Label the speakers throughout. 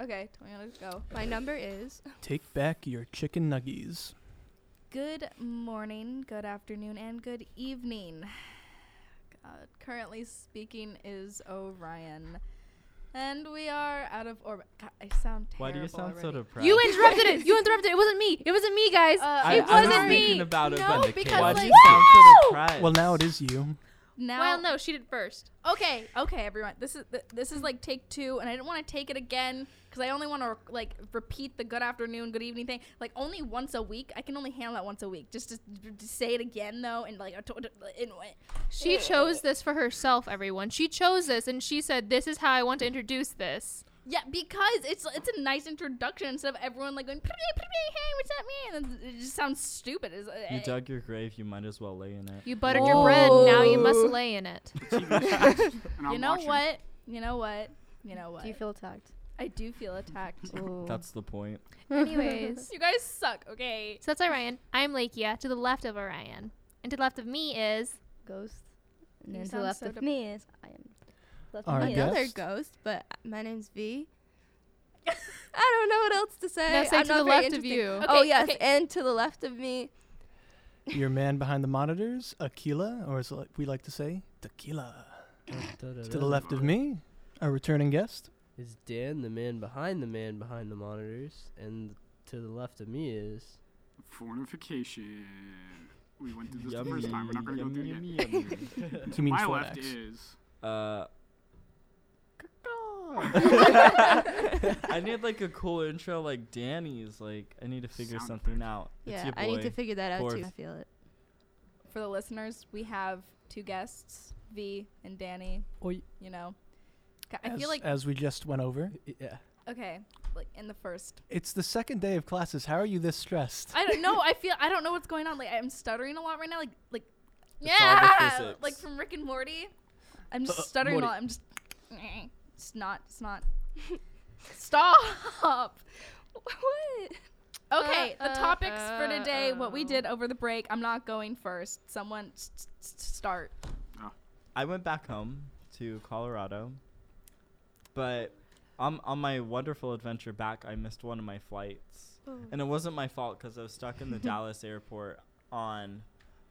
Speaker 1: Okay, Toya, let's go. My number is
Speaker 2: Take back your chicken nuggies.
Speaker 1: good morning, good afternoon, and good evening. God, currently speaking is Orion. And we are out of orbit. God, I sound terrible.
Speaker 3: Why do you sound so
Speaker 1: already.
Speaker 3: depressed?
Speaker 4: You interrupted it. You interrupted it. It wasn't me. It wasn't me, guys.
Speaker 1: Uh,
Speaker 3: I,
Speaker 4: it
Speaker 3: I was
Speaker 4: wasn't
Speaker 3: thinking
Speaker 4: me.
Speaker 3: about it,
Speaker 1: No,
Speaker 3: but the
Speaker 1: because,
Speaker 3: kid- Why do you
Speaker 1: like-
Speaker 3: sound so
Speaker 4: Woo!
Speaker 3: depressed?
Speaker 2: Well, now it is you.
Speaker 1: Now,
Speaker 4: well, no, she did first.
Speaker 1: Okay, okay, everyone. This is th- this is like take two, and I didn't want to take it again because I only want to like repeat the good afternoon, good evening thing like only once a week. I can only handle that once a week. Just to, to say it again though, and like I told it- in
Speaker 4: She chose this for herself, everyone. She chose this and she said, This is how I want to introduce this.
Speaker 1: yeah, because it's it's a nice introduction instead of everyone like going "Pretty, pretty, hey, what's up, man? And then it just sounds stupid. It's, uh, eh,
Speaker 3: You dug your grave, you might as well lay in it.
Speaker 4: You buttered your bread, now you must
Speaker 1: Whoa.
Speaker 4: lay in it.
Speaker 5: And I'm
Speaker 1: you know
Speaker 5: watching.
Speaker 1: what? You know what? You know what?
Speaker 6: Do you feel attacked?
Speaker 1: I do feel attacked.
Speaker 3: That's the point.
Speaker 4: Anyways.
Speaker 1: you guys suck. Okay.
Speaker 4: So that's Orion. I'm Lakia. To the left of Orion. And to the left of me is.
Speaker 6: ghost.
Speaker 1: You
Speaker 6: And then to
Speaker 1: sound
Speaker 6: the left
Speaker 1: so
Speaker 6: of
Speaker 1: dep-
Speaker 6: me is I am. Left
Speaker 2: Our
Speaker 6: of me is-
Speaker 2: guest-
Speaker 6: another
Speaker 2: Yes.
Speaker 7: ghost, but my name's V. I don't know what else to say.
Speaker 4: Now say
Speaker 7: I'm
Speaker 4: to
Speaker 7: not
Speaker 4: the
Speaker 7: very
Speaker 4: left of
Speaker 7: interesting.
Speaker 4: you.
Speaker 7: oh
Speaker 1: Okay,
Speaker 7: yes,
Speaker 1: okay.
Speaker 7: and to the left of me.
Speaker 2: Your man behind the monitors, Aquila, or as li- we like to say, Tequila. To the left of me, our returning guest.
Speaker 8: is Dan, the man behind the man behind the monitors, and to the left of me is
Speaker 5: Fornification. We went through this the first time. We're not going to go through it again.
Speaker 2: He means
Speaker 5: My
Speaker 2: four
Speaker 5: left
Speaker 2: X.
Speaker 5: is.
Speaker 3: Uh, I need like a cool intro like Danny's. Like I need to figure
Speaker 5: Sound
Speaker 3: something out. it's
Speaker 7: Yeah,
Speaker 3: your boy.
Speaker 7: I need to figure that out
Speaker 3: Fourth.
Speaker 7: too. I feel it.
Speaker 1: for the listeners, we have two guests, V and Danny.
Speaker 8: Oi.
Speaker 1: You know, Ca- I
Speaker 2: As,
Speaker 1: feel like
Speaker 2: as we just went over,
Speaker 8: yeah.
Speaker 1: okay, like in the first.
Speaker 2: it's the second day of classes. How are you this stressed?
Speaker 1: I don't know. I feel I don't know what's going on. Like I'm stuttering a lot right now. Like like
Speaker 3: the
Speaker 1: yeah,
Speaker 3: physics.
Speaker 1: like from Rick and Morty. I'm just stuttering a
Speaker 8: Morty.
Speaker 1: lot. I'm just it's not it's not. Stop.
Speaker 7: what?
Speaker 1: Okay,
Speaker 4: Uh,
Speaker 1: the
Speaker 4: uh,
Speaker 1: topics for
Speaker 4: uh,
Speaker 1: today. What we
Speaker 4: uh.
Speaker 1: did over the break. I'm not going first. Someone s- s- s- start.
Speaker 3: I went back home to Colorado, but on on my wonderful adventure back, I missed one of my flights, and it wasn't my fault because I was stuck in the Dallas airport on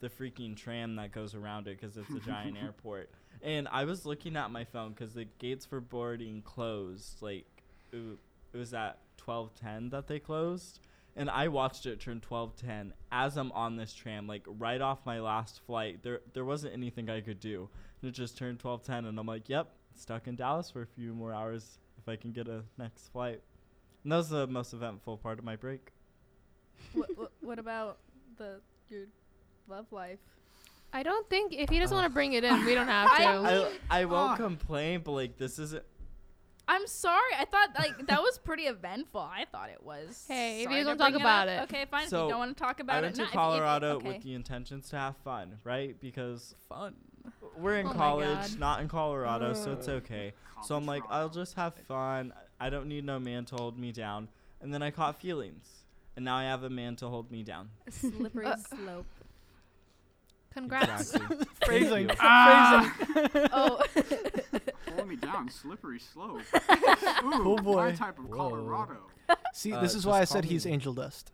Speaker 3: the freaking tram that goes around it because it's a giant airport. And I was looking at my phone because the gates for boarding closed. Like it, w- it was at twelve ten that they closed. And I watched it turn twelve ten as I'm on this tram, like right off my last flight. There there wasn't anything I could do. And it just turned twelve ten, and I'm like, yep, stuck in Dallas for a few more hours if I can get a next flight. And that was the most eventful part of my break.
Speaker 1: what, what, what about the your love life?
Speaker 4: I don't think. If he doesn't want to bring it in, we don't have to.
Speaker 3: I, I won't
Speaker 1: Ah.
Speaker 3: complain, but like this isn't.
Speaker 1: I'm sorry. I thought like that was pretty eventful. I thought it was.
Speaker 4: Hey, if
Speaker 1: Sorry
Speaker 4: you
Speaker 1: to
Speaker 4: don't talk
Speaker 1: bring
Speaker 4: about
Speaker 1: up.
Speaker 4: it.
Speaker 1: Okay, fine. if
Speaker 3: So,
Speaker 1: you don't want to talk about
Speaker 3: I
Speaker 1: it,
Speaker 3: went to
Speaker 1: not if you- if-
Speaker 3: Colorado
Speaker 1: okay.
Speaker 3: with the intentions to have fun, right? Because
Speaker 1: fun.
Speaker 3: we're in
Speaker 4: Oh my
Speaker 3: college,
Speaker 4: God.
Speaker 3: not in Colorado, so it's okay. So I'm like, I'll
Speaker 5: Colorado.
Speaker 3: just have fun. I don't need no man to hold me down. And then I caught feelings, and now I have a man to hold me down.
Speaker 1: Slippery
Speaker 7: Uh,
Speaker 1: slope.
Speaker 4: Congrats.
Speaker 3: Exactly.
Speaker 2: Phrasing.
Speaker 3: Thank you.
Speaker 5: Ah!
Speaker 1: oh,
Speaker 5: Pull me down, slippery slope.
Speaker 2: Cool
Speaker 3: Oh,
Speaker 5: Ooh, my
Speaker 2: boy.
Speaker 5: type of
Speaker 8: Whoa.
Speaker 5: Colorado.
Speaker 2: See,
Speaker 3: Uh,
Speaker 2: this is
Speaker 3: just
Speaker 2: why I
Speaker 3: call
Speaker 2: said
Speaker 3: me-
Speaker 2: he's angel dust.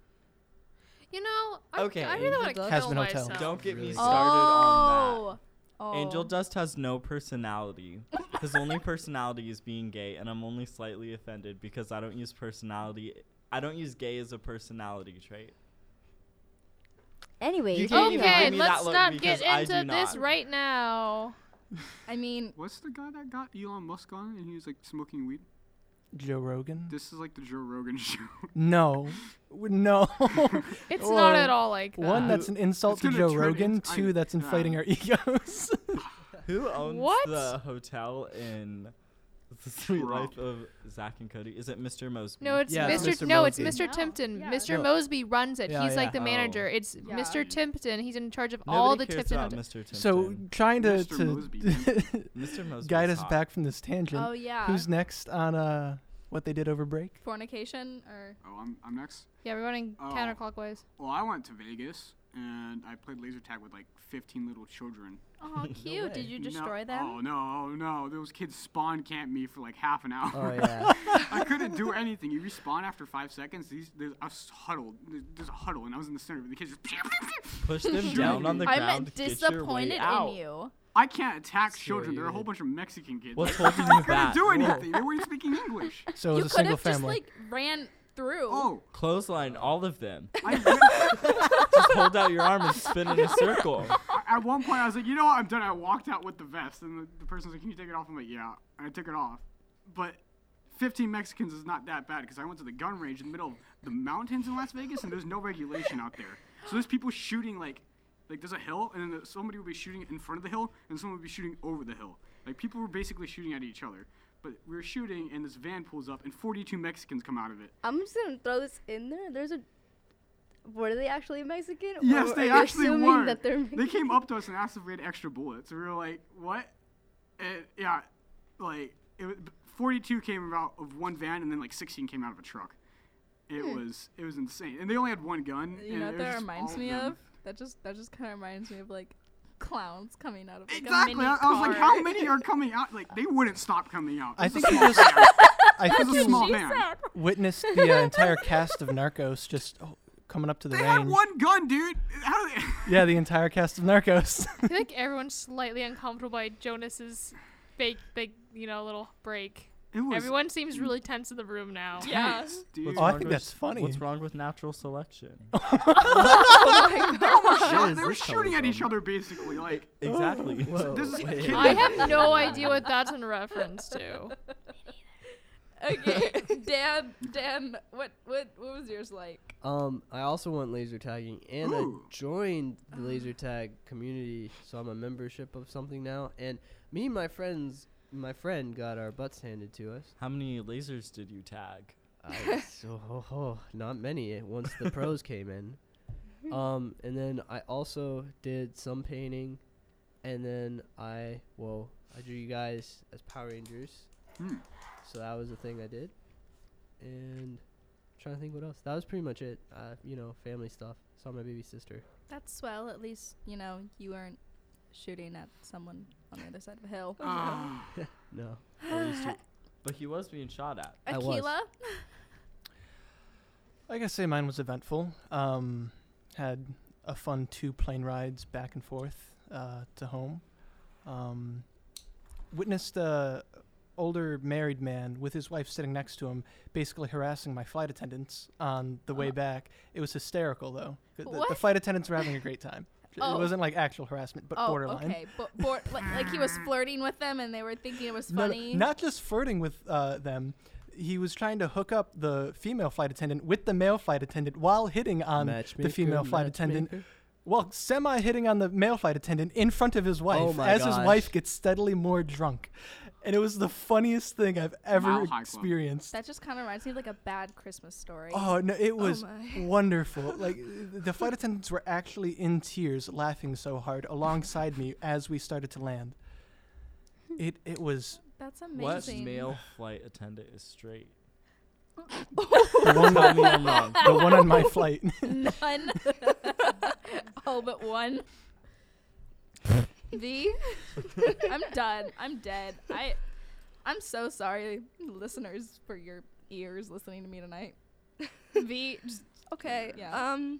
Speaker 4: you know, I,
Speaker 3: Okay.
Speaker 4: I really want to
Speaker 2: Has
Speaker 4: kill
Speaker 2: been hotel.
Speaker 4: myself.
Speaker 3: Don't get me
Speaker 8: Really?
Speaker 3: started on that.
Speaker 1: oh. oh.
Speaker 3: Angel Dust has no personality. His only personality is being gay, and I'm only slightly offended because I don't use personality. I don't use gay as a personality trait.
Speaker 6: Anyway,
Speaker 3: You can't even
Speaker 4: Okay,
Speaker 3: give me that
Speaker 4: let's
Speaker 3: look
Speaker 4: not
Speaker 3: because
Speaker 4: get
Speaker 3: I do
Speaker 4: into this
Speaker 3: not.
Speaker 4: right now.
Speaker 1: I mean,
Speaker 5: What's the guy that got Elon Musk on and he was like smoking weed?
Speaker 2: Joe Rogan.
Speaker 5: This is like the Joe Rogan show.
Speaker 2: No, W- no.
Speaker 4: It's
Speaker 2: Or-
Speaker 4: not at all like that.
Speaker 2: One, that's an insult
Speaker 5: Uh, It's
Speaker 2: to
Speaker 5: gonna
Speaker 2: Joe
Speaker 5: turn
Speaker 2: Rogan.
Speaker 5: into- uh, I-
Speaker 2: Two, that's inflating
Speaker 5: nah.
Speaker 2: our egos.
Speaker 3: Who owns
Speaker 4: What?
Speaker 3: the hotel in the Sweet Life
Speaker 5: Trump.
Speaker 3: of Zach and Cody? Is it Mr. Mosby?
Speaker 4: No, it's
Speaker 8: Yeah, it's
Speaker 4: Mr.
Speaker 8: Mr.
Speaker 4: No, it's
Speaker 8: Mosby.
Speaker 4: Mr. Timpton.
Speaker 1: Yeah.
Speaker 4: Mr.
Speaker 2: No.
Speaker 4: Mosby runs it.
Speaker 2: Yeah,
Speaker 4: He's
Speaker 2: yeah.
Speaker 4: like the
Speaker 3: Oh.
Speaker 4: manager. It's
Speaker 1: Yeah.
Speaker 4: Mr. Timpton. He's in charge of
Speaker 3: Nobody
Speaker 4: all the
Speaker 3: cares
Speaker 4: Timpton.
Speaker 3: about
Speaker 4: hotels.
Speaker 3: Mr. Timpton.
Speaker 2: so trying to,
Speaker 5: Mr. Mosby,
Speaker 2: to
Speaker 3: Mr. Mosby's
Speaker 2: guide us
Speaker 3: hot.
Speaker 2: back from this tangent.
Speaker 1: oh yeah.
Speaker 2: Who's next on uh what they did over break?
Speaker 1: fornication or
Speaker 5: Oh, I'm, I'm next.
Speaker 4: yeah, we're running
Speaker 5: Oh.
Speaker 4: counterclockwise.
Speaker 5: Well, I went to Vegas and I played laser tag with like 15 little children.
Speaker 1: Oh, cute.
Speaker 8: way.
Speaker 1: Did you destroy
Speaker 5: no,
Speaker 1: them?
Speaker 5: Oh no, oh no! Those kids spawn camped me for like half an hour.
Speaker 8: Oh yeah.
Speaker 5: I couldn't do anything. You respawn after five seconds. These, there's, I was huddled. There's- There's a huddle, and I was in the center. of The kids just.
Speaker 3: Push them down on the
Speaker 1: I
Speaker 3: ground.
Speaker 1: meant
Speaker 3: get your way
Speaker 1: disappointed
Speaker 3: out.
Speaker 1: in you.
Speaker 5: I can't attack children. There are a whole
Speaker 8: Dude.
Speaker 5: bunch of Mexican kids.
Speaker 3: What's
Speaker 5: I
Speaker 3: holding you
Speaker 5: couldn't
Speaker 3: back?
Speaker 5: do
Speaker 3: Whoa.
Speaker 5: anything. They weren't speaking English.
Speaker 2: So it
Speaker 1: You
Speaker 2: was a
Speaker 1: could
Speaker 2: single
Speaker 1: have just
Speaker 2: family.
Speaker 1: like ran through.
Speaker 5: Oh,
Speaker 3: Clothesline all of them.
Speaker 5: I, I-
Speaker 3: Just hold out your arm and spin in a circle.
Speaker 2: Oh,
Speaker 5: at one point I was like, you know what? I'm done. I walked out with the vest, and the, the person's like, can you take it off? I'm like, yeah. And I took it off, but. 15 Mexicans is not that bad because I went to the gun range in the middle of the mountains in Las Vegas and there's no regulation out there. So there's people shooting like, like there's a hill and then somebody would be shooting in front of the hill and someone would be shooting over the hill. Like people were basically shooting at each other. But we were shooting and this van pulls up and 42 Mexicans come out of it.
Speaker 6: I'm just gonna throw this in there. There's a. Were they actually Mexican?
Speaker 5: Yes,
Speaker 1: Oh,
Speaker 6: or
Speaker 5: they
Speaker 6: are you
Speaker 5: actually
Speaker 6: assuming
Speaker 5: were.
Speaker 6: That they're
Speaker 5: They
Speaker 6: Mexican?
Speaker 5: came up to us and asked if we had extra bullets. We were like, "What?" And, yeah, like it was, 42 came out of one van, and then like 16 came out of a truck. It was it was insane, and they only had one gun.
Speaker 1: Hmm. You
Speaker 5: and
Speaker 1: know
Speaker 5: it
Speaker 1: what that
Speaker 5: was just all
Speaker 1: reminds me
Speaker 5: them.
Speaker 1: of? That just that just kind of reminds me of like clowns coming out of like, a
Speaker 5: Exactly.
Speaker 1: mini
Speaker 5: I, I was like,
Speaker 1: car.
Speaker 5: "How many are coming out?" Like they wouldn't stop coming out.
Speaker 2: I
Speaker 5: This is
Speaker 2: think
Speaker 5: a
Speaker 2: you
Speaker 5: small
Speaker 2: just.
Speaker 5: van.
Speaker 2: I think
Speaker 5: This is a small
Speaker 2: you
Speaker 5: van.
Speaker 2: witnessed the uh, entire cast of Narcos just oh, coming up to the
Speaker 5: They had
Speaker 2: range.
Speaker 5: one gun, dude. How do they?
Speaker 2: Yeah, the entire cast of Narcos.
Speaker 4: I feel like everyone's slightly uncomfortable by Jonas's fake, big, you know, little break.
Speaker 5: It was
Speaker 4: Everyone seems really tense in the room now. Yeah.
Speaker 5: tense, dude.
Speaker 2: Oh, I
Speaker 3: wrong
Speaker 2: think
Speaker 3: with-
Speaker 2: that's funny.
Speaker 3: What's wrong with natural selection?
Speaker 2: Oh,
Speaker 5: Shot-
Speaker 8: is
Speaker 5: they were
Speaker 8: this coming
Speaker 5: shooting at each
Speaker 8: from?
Speaker 5: other basically. Like
Speaker 3: exactly.
Speaker 8: Whoa,
Speaker 5: this is
Speaker 8: wait.
Speaker 5: kid-
Speaker 4: I have no idea what that's in reference to.
Speaker 1: Okay, Dan, Dan, what what what was yours like?
Speaker 8: Um, I also went laser tagging, and
Speaker 5: Ooh.
Speaker 8: I joined the laser tag community, so I'm a membership of something now. And me and my friends, my friend got our butts handed to us.
Speaker 3: How many lasers did you tag?
Speaker 8: I, so, not many. eh, Once the pros came in, um, and then I also did some painting, and then I well, I drew you guys as Power Rangers,
Speaker 5: Hmm.
Speaker 8: so that was the thing I did, and trying to think what else. That was pretty much it. Uh, you know, family stuff. Saw my baby sister.
Speaker 1: That's swell. At least you know you weren't shooting at someone on the other side of a hill.
Speaker 5: Ah.
Speaker 8: No,
Speaker 3: But he was being shot at.
Speaker 8: I was.
Speaker 1: Akila,
Speaker 2: Like I say, mine was eventful. Um, had a fun two plane rides back and forth uh, to home. Um, witnessed a older married man with his wife sitting next to him, basically harassing my flight attendants on the way back. It was hysterical, though. The, the- the
Speaker 1: Uh-huh. What?
Speaker 2: flight attendants were having a great time. It
Speaker 1: Oh.
Speaker 2: wasn't like actual harassment, but
Speaker 1: oh,
Speaker 2: borderline.
Speaker 1: okay, but bor- like, like he was flirting with them, and they were thinking it was
Speaker 2: No, no,
Speaker 1: funny.
Speaker 2: not just flirting with uh, them. He was trying to hook up the female flight attendant with the male flight attendant while hitting on Um, the female flight attendant. Well, semi hitting on the male flight attendant in front of his wife
Speaker 8: Oh my
Speaker 2: as his
Speaker 8: gosh.
Speaker 2: wife gets steadily more drunk. And it was the funniest thing I've
Speaker 5: Mile
Speaker 2: ever
Speaker 5: High Club.
Speaker 2: experienced.
Speaker 1: That just kind of reminds me of like a bad Christmas story.
Speaker 2: Oh no, it was
Speaker 1: my.
Speaker 2: wonderful. Like the flight attendants were actually in tears laughing so hard alongside me as we started to land. It it was
Speaker 1: That's
Speaker 3: What
Speaker 1: amazing.
Speaker 3: male flight attendant is straight?
Speaker 2: the one,
Speaker 3: Tell me I'm wrong.
Speaker 2: the one on my flight.
Speaker 1: None. All but one. The. I'm done. I'm dead. I. I'm so sorry, listeners, for your ears listening to me tonight. The. Just,
Speaker 7: Okay.
Speaker 1: Yeah.
Speaker 7: Um,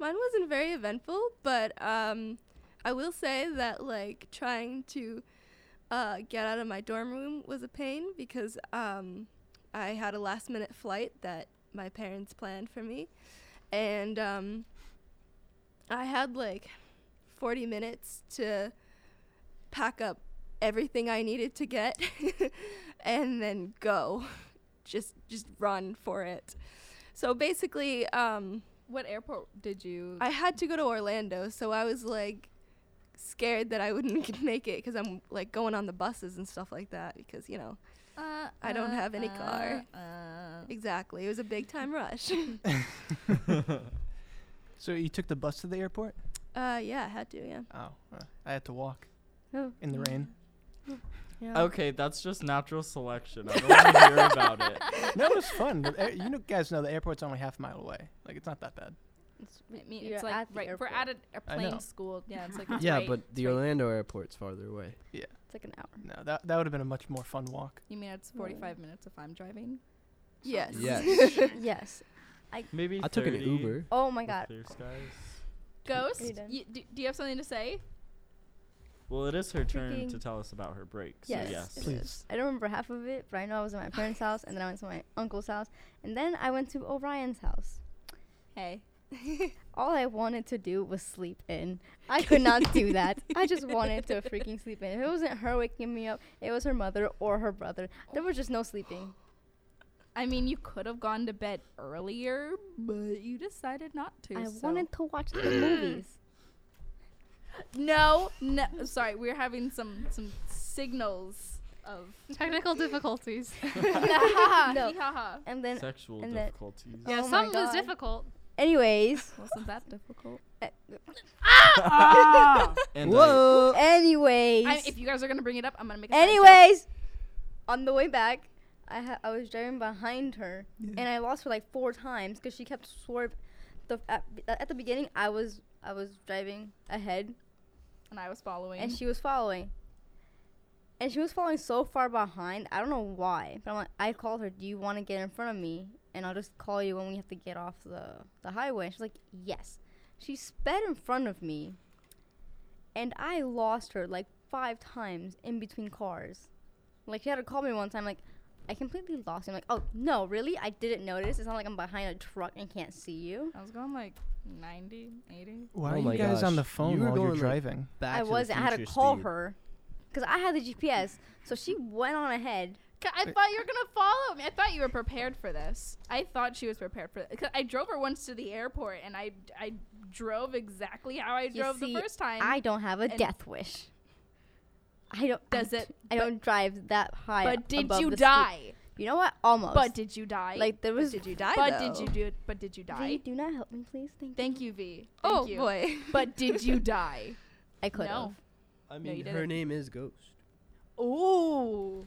Speaker 7: mine wasn't very eventful, but um, I will say that like trying to uh, get out of my dorm room was a pain because um, I had a last minute flight that my parents planned for me, and um, I had like 40 minutes to pack up everything I needed to get and then go. Just just run for it. So basically, um,
Speaker 1: what airport did you?
Speaker 7: I had to go to Orlando, so I was like scared that I wouldn't make it because I'm like going on the buses and stuff like that because you know
Speaker 1: uh,
Speaker 7: I don't have any
Speaker 1: uh,
Speaker 7: car.
Speaker 1: uh.
Speaker 7: exactly it was a big time rush.
Speaker 2: So you took the bus to the airport?
Speaker 7: uh, yeah, I had to. Yeah.
Speaker 2: Oh, uh, I had to walk
Speaker 7: Oh.
Speaker 2: in the rain.
Speaker 7: yeah.
Speaker 3: Okay, that's just natural selection. I don't want to hear about it.
Speaker 2: No, it was fun. The air- you know, guys know the airport's only half a mile away. Like it's not that bad.
Speaker 1: It's, I mean,
Speaker 6: You're
Speaker 1: it's like
Speaker 6: at the
Speaker 1: right. We're
Speaker 6: airport.
Speaker 1: at a, a
Speaker 2: I know.
Speaker 1: plane school. Yeah, it's like it's
Speaker 8: yeah,
Speaker 1: right-
Speaker 8: but
Speaker 1: it's
Speaker 8: the
Speaker 1: right-
Speaker 8: Orlando airport's farther away.
Speaker 6: It's like an hour.
Speaker 2: No, that that would have been a much more fun walk.
Speaker 1: You mean it's
Speaker 6: Yeah.
Speaker 1: 45 minutes if I'm driving?
Speaker 7: Yes.
Speaker 8: Yes.
Speaker 6: Yes.
Speaker 3: Maybe
Speaker 8: I took an
Speaker 3: 30
Speaker 8: Uber.
Speaker 6: Oh my
Speaker 3: with
Speaker 6: god.
Speaker 3: Clear skies.
Speaker 1: Ghost,
Speaker 6: done?
Speaker 1: you, do, do you have something to say?
Speaker 3: Well, it is her turn to
Speaker 6: Freaking-
Speaker 3: tell us about her break. So
Speaker 6: Yes.
Speaker 3: yes.
Speaker 6: it
Speaker 2: Please.
Speaker 6: is. I don't remember half of it, but I know I was at my parents' house, and then I went to my uncle's house, and then I went to Orion's house.
Speaker 1: Hey,
Speaker 6: All I wanted to do was sleep in. I could not do that. I just wanted to freaking sleep in. If it wasn't her waking me up, it was her mother or her brother. There was just no sleeping.
Speaker 1: I mean, you could have gone to bed earlier, but you decided not to.
Speaker 6: I
Speaker 1: so-
Speaker 6: wanted to watch the movies.
Speaker 1: No, no. Sorry, we're having some some signals of.
Speaker 4: Technical difficulties.
Speaker 1: no.
Speaker 6: And then,
Speaker 3: Sexual
Speaker 6: and that-
Speaker 3: difficulties.
Speaker 4: yeah,
Speaker 6: Oh my
Speaker 4: something was
Speaker 6: God.
Speaker 4: difficult.
Speaker 6: anyways,
Speaker 1: Wasn't that difficult?
Speaker 5: ah!
Speaker 3: And
Speaker 6: anyways,
Speaker 1: I, if you guys are gonna bring it up, I'm gonna make. A side joke.
Speaker 6: Anyways, on the way back, I ha- I was driving behind her and I lost her like four times because she kept swerve. The at, at the beginning, I was I was driving ahead
Speaker 1: and I was following.
Speaker 6: and she was following. And she was following so far behind. I don't know why, but I'm like, I called her. Do you want to get in front of me? And I'll just call you when we have to get off the the highway. And she's like, yes. She sped in front of me, and I lost her like five times in between cars. Like she had to call me one time. Like I completely lost. Her. I'm like, oh no, really? I didn't notice. It's not like I'm behind a truck and can't see you.
Speaker 1: I was going like 90, 80.
Speaker 2: Why
Speaker 8: Oh
Speaker 2: are
Speaker 8: my
Speaker 2: you guys on
Speaker 8: gosh.
Speaker 2: the
Speaker 8: You
Speaker 2: phone
Speaker 8: were
Speaker 2: while you're
Speaker 8: going, like,
Speaker 2: driving?
Speaker 8: Back
Speaker 6: I
Speaker 8: to the
Speaker 6: wasn't. I had to
Speaker 8: Future
Speaker 6: call
Speaker 8: speed.
Speaker 6: her because I had the GPS. So she went on ahead.
Speaker 1: C- I thought you were gonna follow me. I thought you were prepared for this. I thought she was prepared for it. I drove her once to the airport, and I I drove exactly how I
Speaker 6: You
Speaker 1: drove
Speaker 6: see,
Speaker 1: the first time.
Speaker 6: I don't have a
Speaker 1: and-
Speaker 6: death wish. I don't.
Speaker 1: Does
Speaker 6: I,
Speaker 1: it-
Speaker 6: I don't drive that high.
Speaker 1: but did
Speaker 6: above
Speaker 1: you
Speaker 6: the speed-
Speaker 1: die?
Speaker 6: You know what? Almost.
Speaker 1: But did you die?
Speaker 6: like there was.
Speaker 7: did you die?
Speaker 1: but did you
Speaker 7: though?
Speaker 1: do? it? But did you
Speaker 6: V,
Speaker 1: die?
Speaker 6: do not help me, please. Thank
Speaker 1: Thank you, V. Thank
Speaker 7: Oh
Speaker 1: you.
Speaker 7: boy.
Speaker 1: But did you die?
Speaker 6: I could have.
Speaker 1: no.
Speaker 8: I
Speaker 1: you
Speaker 8: mean, her
Speaker 1: didn't.
Speaker 8: name is Ghost.
Speaker 1: Ooh.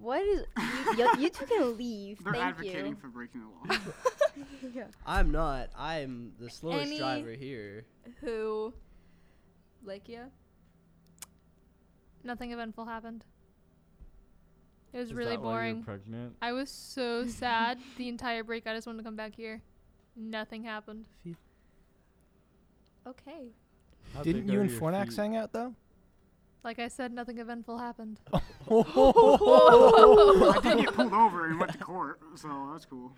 Speaker 6: What is? You, you, you two can leave.
Speaker 5: They're
Speaker 6: Thank
Speaker 5: advocating
Speaker 6: you.
Speaker 5: for breaking the law.
Speaker 8: I'm not. I'm the slowest
Speaker 1: Any-
Speaker 8: driver here.
Speaker 1: Who? Lykia.
Speaker 4: Nothing eventful happened. It was
Speaker 3: Is
Speaker 4: really
Speaker 3: that why you're
Speaker 4: boring.
Speaker 3: pregnant.
Speaker 4: I was so sad the entire break. I just wanted to come back here. Nothing happened.
Speaker 1: Okay.
Speaker 3: How
Speaker 2: Didn't
Speaker 3: big
Speaker 2: you
Speaker 3: are
Speaker 2: and
Speaker 3: your
Speaker 2: Fornax
Speaker 3: feet?
Speaker 2: hang out though?
Speaker 4: Like I said, nothing eventful happened.
Speaker 5: I did get pulled over and went to court, so that's cool.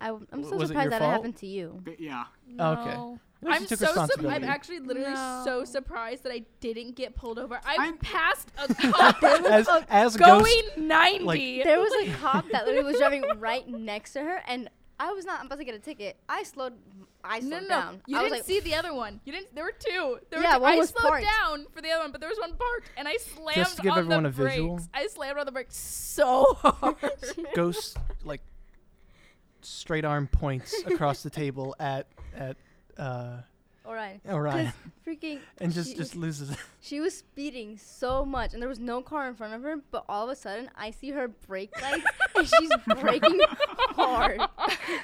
Speaker 6: I, am
Speaker 2: W-
Speaker 6: so
Speaker 2: was it your
Speaker 6: surprised that
Speaker 2: fault?
Speaker 6: happened to you.
Speaker 5: But yeah,
Speaker 2: Oh, Okay.
Speaker 4: No.
Speaker 2: No, she
Speaker 1: I'm so
Speaker 2: took
Speaker 1: sur- I'm
Speaker 2: responsibility.
Speaker 1: actually literally so
Speaker 4: No.
Speaker 1: surprised that I didn't get pulled over. I
Speaker 5: I'm-
Speaker 1: passed a cop
Speaker 2: as as
Speaker 1: going
Speaker 2: Ghost,
Speaker 1: 90.
Speaker 6: There was a cop that literally was driving right next to her, and I was not about to get a ticket. I slowed. I slowed
Speaker 1: no, no,
Speaker 6: down.
Speaker 1: no. You
Speaker 6: I was
Speaker 1: didn't
Speaker 6: like,
Speaker 1: see the other one. You didn't. There were two. There
Speaker 6: Yeah,
Speaker 1: were two.
Speaker 6: one
Speaker 1: I
Speaker 6: was
Speaker 1: slowed
Speaker 6: parked.
Speaker 1: down for the other one, but there was one parked, and I slammed
Speaker 2: Just to give
Speaker 1: on
Speaker 2: everyone
Speaker 1: the
Speaker 2: a visual.
Speaker 1: brakes. I slammed on the brakes so hard.
Speaker 2: Ghost like straight arm points across the table at at uh,
Speaker 6: All right.
Speaker 2: Orion
Speaker 6: Freaking.
Speaker 2: and just
Speaker 6: she-
Speaker 2: just loses. it.
Speaker 6: She was speeding so much, and there was no car in front of her. But all of a sudden, I see her brake lights, and she's braking hard.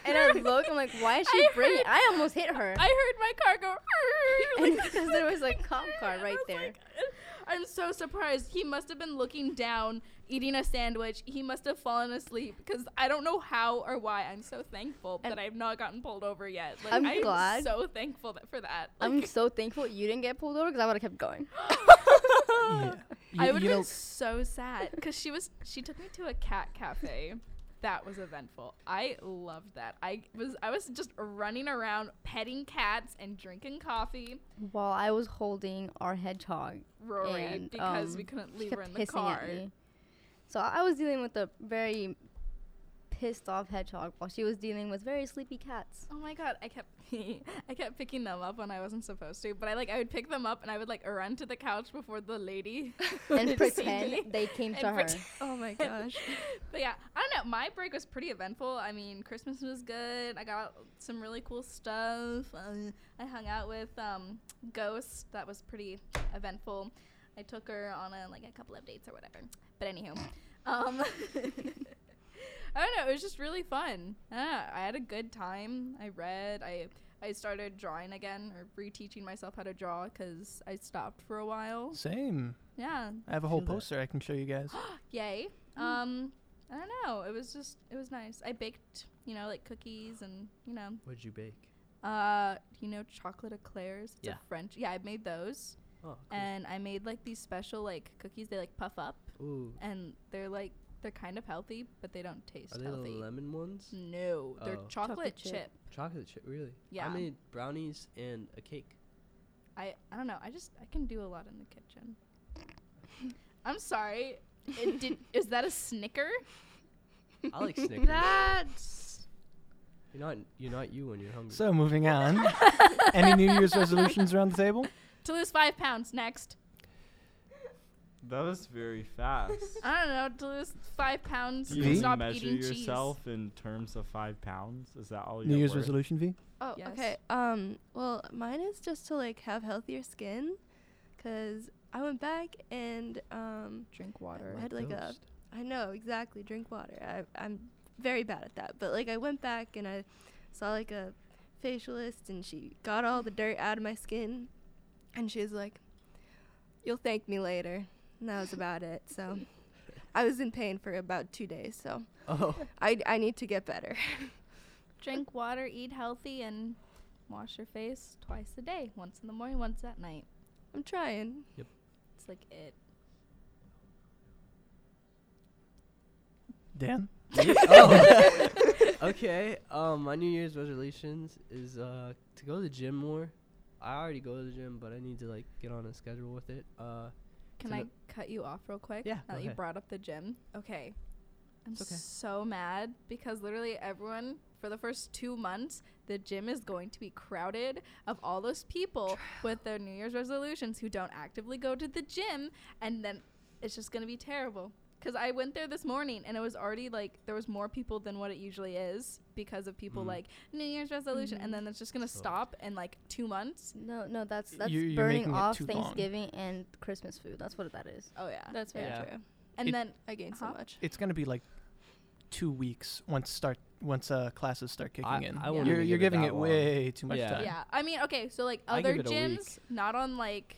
Speaker 6: And I look, I'm like, why is she
Speaker 1: I
Speaker 6: braking?
Speaker 1: heard-
Speaker 6: I almost hit her.
Speaker 1: I heard my car go. "Arr,"
Speaker 6: And
Speaker 1: like-
Speaker 6: because there was a cop car
Speaker 1: I
Speaker 6: right
Speaker 1: was
Speaker 6: there.
Speaker 1: like, I'm so surprised. He must have been looking down, eating a sandwich. He must have fallen asleep because I don't know how or why. I'm so thankful
Speaker 6: And-
Speaker 1: that I've not gotten pulled over yet. Like,
Speaker 6: I'm
Speaker 1: I'm
Speaker 6: glad.
Speaker 1: so thankful that, for that.
Speaker 6: I'm
Speaker 1: Like,
Speaker 6: so thankful you didn't get pulled over because I would have kept going.
Speaker 2: yeah.
Speaker 1: I
Speaker 2: You-
Speaker 1: would
Speaker 2: you
Speaker 1: have been
Speaker 2: know-
Speaker 1: so sad because she was she took me to a cat cafe. That was eventful. I loved that. I was I was just running around petting cats and drinking coffee,
Speaker 6: While I was holding our hedgehog,
Speaker 1: Rory,
Speaker 6: And,
Speaker 1: because we
Speaker 6: um,
Speaker 1: couldn't
Speaker 6: she
Speaker 1: leave her
Speaker 6: kept
Speaker 1: in the
Speaker 6: pissing
Speaker 1: car.
Speaker 6: at me. So I I was dealing with a very pissed off hedgehog while she was dealing with very sleepy cats.
Speaker 1: Oh my god, I kept I kept picking them up when I wasn't supposed to, but I like I would pick them up and I would like run to the couch before the lady
Speaker 6: And
Speaker 1: would see me.
Speaker 6: pretend they came to
Speaker 1: And
Speaker 6: her.
Speaker 1: pretend-
Speaker 7: Oh my gosh.
Speaker 1: But yeah, I don't know. My break was pretty eventful. I mean, Christmas was good. I got some really cool stuff. Uh, I hung out with um, Ghost. That was pretty eventful. I took her on a, like a couple of dates or whatever. But anywho, um, I don't know. It was just really fun. I, don't know, I had a good time. I read. I I started drawing again or reteaching myself how to draw because I stopped for a while.
Speaker 2: Same.
Speaker 1: Yeah,
Speaker 2: I have a whole
Speaker 8: Feel that.
Speaker 2: poster I can show you guys.
Speaker 1: yay. Um, I don't know. It was just it was nice. I baked, you know, like cookies and you know,
Speaker 8: What'd you bake?
Speaker 1: uh, you know, chocolate eclairs. It's
Speaker 8: Yeah.
Speaker 1: a French. Yeah, I made those,
Speaker 8: Oh,
Speaker 1: and I made like these special like cookies. They like puff up,
Speaker 8: cool. Ooh,
Speaker 1: and they're like they're kind of healthy, but they don't taste
Speaker 8: are they
Speaker 1: healthy. Mm.
Speaker 8: the lemon ones?
Speaker 1: no, they're
Speaker 8: Oh.
Speaker 1: chocolate,
Speaker 6: Chocolate
Speaker 1: chip.
Speaker 6: chip.
Speaker 8: Chocolate chip, really?
Speaker 1: Yeah.
Speaker 8: I made brownies and a cake.
Speaker 1: I I don't know. I just I can do a lot in the kitchen. I'm sorry. It did, is that a snicker?
Speaker 8: I like Snickers.
Speaker 4: That's
Speaker 8: You're not you're not you when you're hungry.
Speaker 2: So moving on. Any New Year's resolutions around the table?
Speaker 1: To lose five pounds next.
Speaker 3: That was very fast.
Speaker 1: I don't know. To lose five pounds.
Speaker 3: Do you
Speaker 2: Me?
Speaker 1: and
Speaker 3: even
Speaker 1: stop
Speaker 3: measure
Speaker 1: eating
Speaker 3: yourself in terms of five pounds? Is that all
Speaker 2: New
Speaker 3: you're
Speaker 2: Year's
Speaker 3: worth?
Speaker 2: resolution V?
Speaker 7: Oh,
Speaker 1: Yes.
Speaker 7: okay. Um, well, mine is just to like have healthier skin, cause I went back and um,
Speaker 1: cheese. Drink water.
Speaker 7: I had like a I know exactly. Drink water. I, I'm very bad at that. But like, I went back and I saw like a facialist, and she got all the dirt out of my skin, and she was like, "You'll thank me later." And that was about it. So, I was in pain for about two days. So,
Speaker 8: Oh,
Speaker 7: I I need to get better.
Speaker 1: Drink water. Eat healthy and wash your face twice a day. Once in the morning. Once at night.
Speaker 7: I'm trying.
Speaker 1: It's like it.
Speaker 2: Dan?
Speaker 8: oh. okay. Um, my New Year's resolutions is uh to go to the gym more. I already go to the gym, but I need to like get on a schedule with it. Uh,
Speaker 1: Can
Speaker 8: To
Speaker 1: I
Speaker 8: the-
Speaker 1: cut you off real quick?
Speaker 8: Yeah,
Speaker 1: Now
Speaker 8: go
Speaker 1: that you
Speaker 8: ahead.
Speaker 1: brought up the gym. Okay. I'm
Speaker 8: It's okay.
Speaker 1: so mad because literally everyone for the first two months, the gym is going to be crowded of all those people with their New Year's resolutions who don't actively go to the gym, and then it's just gonna be terrible. Cause I went there this morning and it was already like there was more people than what it usually is because of people
Speaker 8: Mm.
Speaker 1: like New Year's resolution, and then it's just gonna
Speaker 8: Mm-hmm. So-
Speaker 1: stop in like two months.
Speaker 6: No, no, that's that's
Speaker 2: You're- you're making
Speaker 6: burning
Speaker 2: it
Speaker 6: off
Speaker 2: too long.
Speaker 6: Thanksgiving and Christmas food. That's what that is.
Speaker 1: Oh yeah,
Speaker 7: That's very
Speaker 8: Yeah.
Speaker 7: true.
Speaker 1: and
Speaker 2: It-
Speaker 1: then
Speaker 7: I gained
Speaker 1: Uh-huh.
Speaker 7: so much.
Speaker 2: It's gonna be like two weeks once start once uh, classes start kicking
Speaker 8: I-
Speaker 2: in.
Speaker 8: I
Speaker 1: wouldn't
Speaker 2: you're
Speaker 8: even
Speaker 2: you're
Speaker 8: give it
Speaker 2: giving
Speaker 8: that
Speaker 2: it
Speaker 8: long.
Speaker 2: way too much
Speaker 8: Yeah.
Speaker 2: time.
Speaker 1: Yeah, I mean, okay, so like
Speaker 8: I
Speaker 1: other
Speaker 8: give it a week.
Speaker 1: gyms, not on like,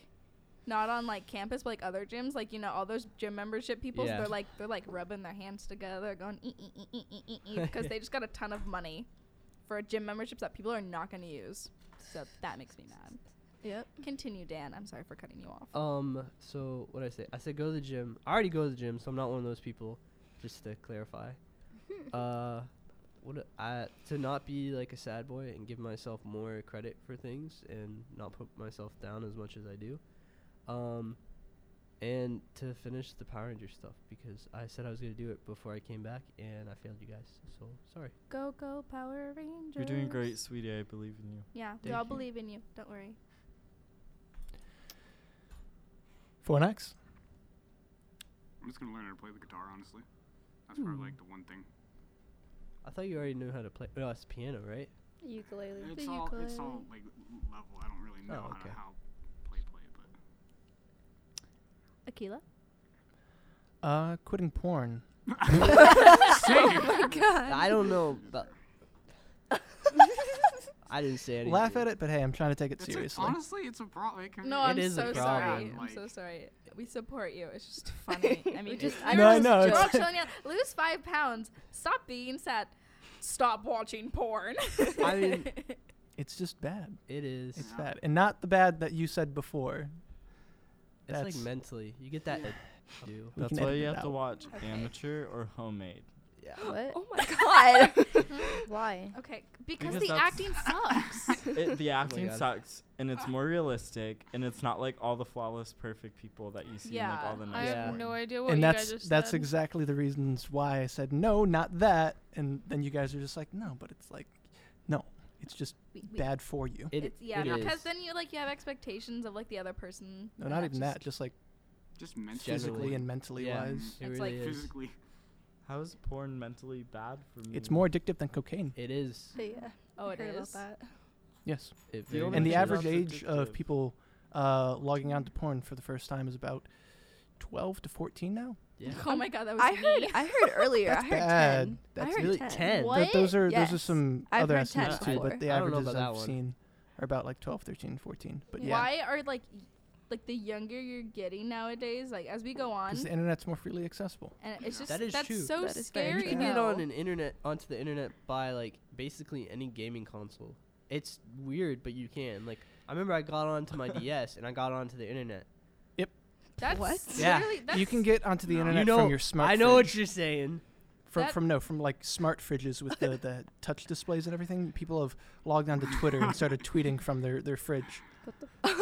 Speaker 1: not on like campus, but like other gyms, like you know, all those gym membership people,
Speaker 8: Yeah.
Speaker 1: they're like they're like rubbing their hands together, going because they just got a ton of money for gym memberships that people are not going to use. So that makes me mad.
Speaker 7: Yep.
Speaker 1: Continue, Dan. I'm sorry for cutting you off.
Speaker 8: Um, so what I say? I said go to the gym. I already go to the gym, so I'm not one of those people. Just to clarify, uh, what a- I to not be like a sad boy and give myself more credit for things and not put myself down as much as I do. Um, and to finish the Power Ranger stuff because I said I was gonna do it before I came back and I failed you guys. So sorry.
Speaker 1: Go go Power Rangers.
Speaker 3: You're doing great, sweetie. I believe in you.
Speaker 1: Yeah, we
Speaker 8: Thank
Speaker 1: all
Speaker 8: you.
Speaker 1: believe in you. Don't worry.
Speaker 2: Four next.
Speaker 5: I'm just gonna learn how to play the guitar. Honestly, that's probably like the one thing.
Speaker 8: I thought you already knew how to play. No, it's piano, right?
Speaker 6: Ukulele.
Speaker 5: It's all it's all like l- level. I don't really know
Speaker 8: Oh, okay.
Speaker 5: how, how play play, but
Speaker 1: Akila.
Speaker 2: Uh, quitting porn.
Speaker 8: I don't know, but I didn't say anything.
Speaker 2: Laugh at it, but hey, I'm trying to take it
Speaker 5: it's a-
Speaker 2: seriously.
Speaker 5: honestly, it's a problem.
Speaker 1: No,
Speaker 8: It
Speaker 1: I'm
Speaker 8: is a
Speaker 1: so sorry.
Speaker 8: problem.
Speaker 1: I'm so
Speaker 5: Like-
Speaker 1: sorry. We support you. It's just funny. I mean,
Speaker 6: just-
Speaker 1: we
Speaker 6: I
Speaker 1: were
Speaker 2: know, I
Speaker 1: just
Speaker 2: know, it's-
Speaker 1: We're all chilling out. Lose five pounds. Stop being sad. Stop watching porn.
Speaker 8: I mean,
Speaker 2: It's just bad.
Speaker 8: it is.
Speaker 2: It's
Speaker 5: Yeah.
Speaker 2: bad, and not the bad that you said before.
Speaker 8: It's
Speaker 2: That's-
Speaker 8: like mentally. You get that.
Speaker 5: Yeah.
Speaker 8: ad- do.
Speaker 2: We
Speaker 3: That's
Speaker 2: can
Speaker 3: why
Speaker 2: edit
Speaker 3: you
Speaker 2: it
Speaker 3: have to
Speaker 2: out.
Speaker 3: watch amateur or homemade.
Speaker 8: Yeah.
Speaker 6: What?
Speaker 7: Oh my god.
Speaker 6: Why?
Speaker 1: okay, because,
Speaker 3: Because
Speaker 1: the
Speaker 3: that's-
Speaker 1: acting sucks.
Speaker 3: It,
Speaker 2: Oh
Speaker 3: the acting
Speaker 8: God.
Speaker 3: sucks, and it's more realistic, and it's not like all the flawless, perfect people that you see in like
Speaker 1: Yeah,
Speaker 3: all the
Speaker 4: I
Speaker 3: nice.
Speaker 8: Yeah.
Speaker 4: have
Speaker 3: porn.
Speaker 4: no idea what
Speaker 2: And
Speaker 4: you
Speaker 2: that's
Speaker 4: guys just
Speaker 2: that's
Speaker 4: said.
Speaker 2: exactly the reasons why I said no, not that. And then you guys are just like, no, but it's like, no, it's just
Speaker 1: We- we-
Speaker 2: bad for you.
Speaker 8: It,
Speaker 1: it's, yeah,
Speaker 8: it is.
Speaker 1: because then you like you have expectations of like the other person.
Speaker 2: No,
Speaker 1: and
Speaker 2: not even that. Just like
Speaker 5: Just mentally,
Speaker 2: physically
Speaker 8: Generally.
Speaker 2: and mentally
Speaker 8: Yeah.
Speaker 2: wise,
Speaker 8: it
Speaker 1: it's
Speaker 8: really
Speaker 1: like-
Speaker 8: is.
Speaker 5: physically.
Speaker 3: How is porn mentally bad for me?
Speaker 2: it's more addictive than cocaine.
Speaker 8: It is.
Speaker 7: yeah.
Speaker 1: Oh,
Speaker 7: I
Speaker 1: it
Speaker 7: heard about
Speaker 1: is?
Speaker 7: that.
Speaker 2: Yes.
Speaker 8: It
Speaker 3: The
Speaker 8: very
Speaker 3: only
Speaker 8: much
Speaker 2: And the
Speaker 8: is.
Speaker 3: Porn
Speaker 2: average
Speaker 3: is
Speaker 2: age of
Speaker 3: addictive.
Speaker 2: people uh, logging on to porn for the first time is about 12 to 14 now.
Speaker 8: Yeah.
Speaker 1: Oh my god, that was
Speaker 7: I heard.
Speaker 1: me.
Speaker 7: I heard earlier. I
Speaker 2: That's
Speaker 7: heard
Speaker 2: bad.
Speaker 7: ten. I
Speaker 8: That's
Speaker 7: heard
Speaker 8: really
Speaker 7: 10.
Speaker 8: ten.
Speaker 1: What?
Speaker 2: Th- those are those are
Speaker 7: Yes.
Speaker 2: some
Speaker 7: I've
Speaker 2: other
Speaker 7: heard 10
Speaker 2: estimates too,
Speaker 7: before.
Speaker 2: but the
Speaker 8: I don't know
Speaker 2: averages
Speaker 8: about that
Speaker 2: I've
Speaker 8: one.
Speaker 2: seen are about like 12, 13, 14. But yeah,
Speaker 1: Why are like y- like the younger you're getting nowadays, like as we go on,
Speaker 2: because the internet's more freely accessible.
Speaker 1: and it's just
Speaker 8: That is
Speaker 1: that's
Speaker 8: true.
Speaker 1: so
Speaker 7: That is very
Speaker 1: scary.
Speaker 8: You can
Speaker 1: though.
Speaker 8: get on an internet onto the internet by like basically any gaming console. It's weird, but you can. Like I remember I got onto my DS and I got onto the internet.
Speaker 1: That's
Speaker 7: What?
Speaker 8: Yeah.
Speaker 1: literally- That's
Speaker 2: you can get onto the
Speaker 5: No. You
Speaker 2: internet
Speaker 8: know-
Speaker 2: from your smart.
Speaker 8: I know
Speaker 2: fridge.
Speaker 8: what you're saying.
Speaker 2: from,
Speaker 1: that-
Speaker 2: from no from like smart fridges with the, the touch displays and everything. People have logged onto Twitter and started tweeting from their their fridge.
Speaker 1: Okay,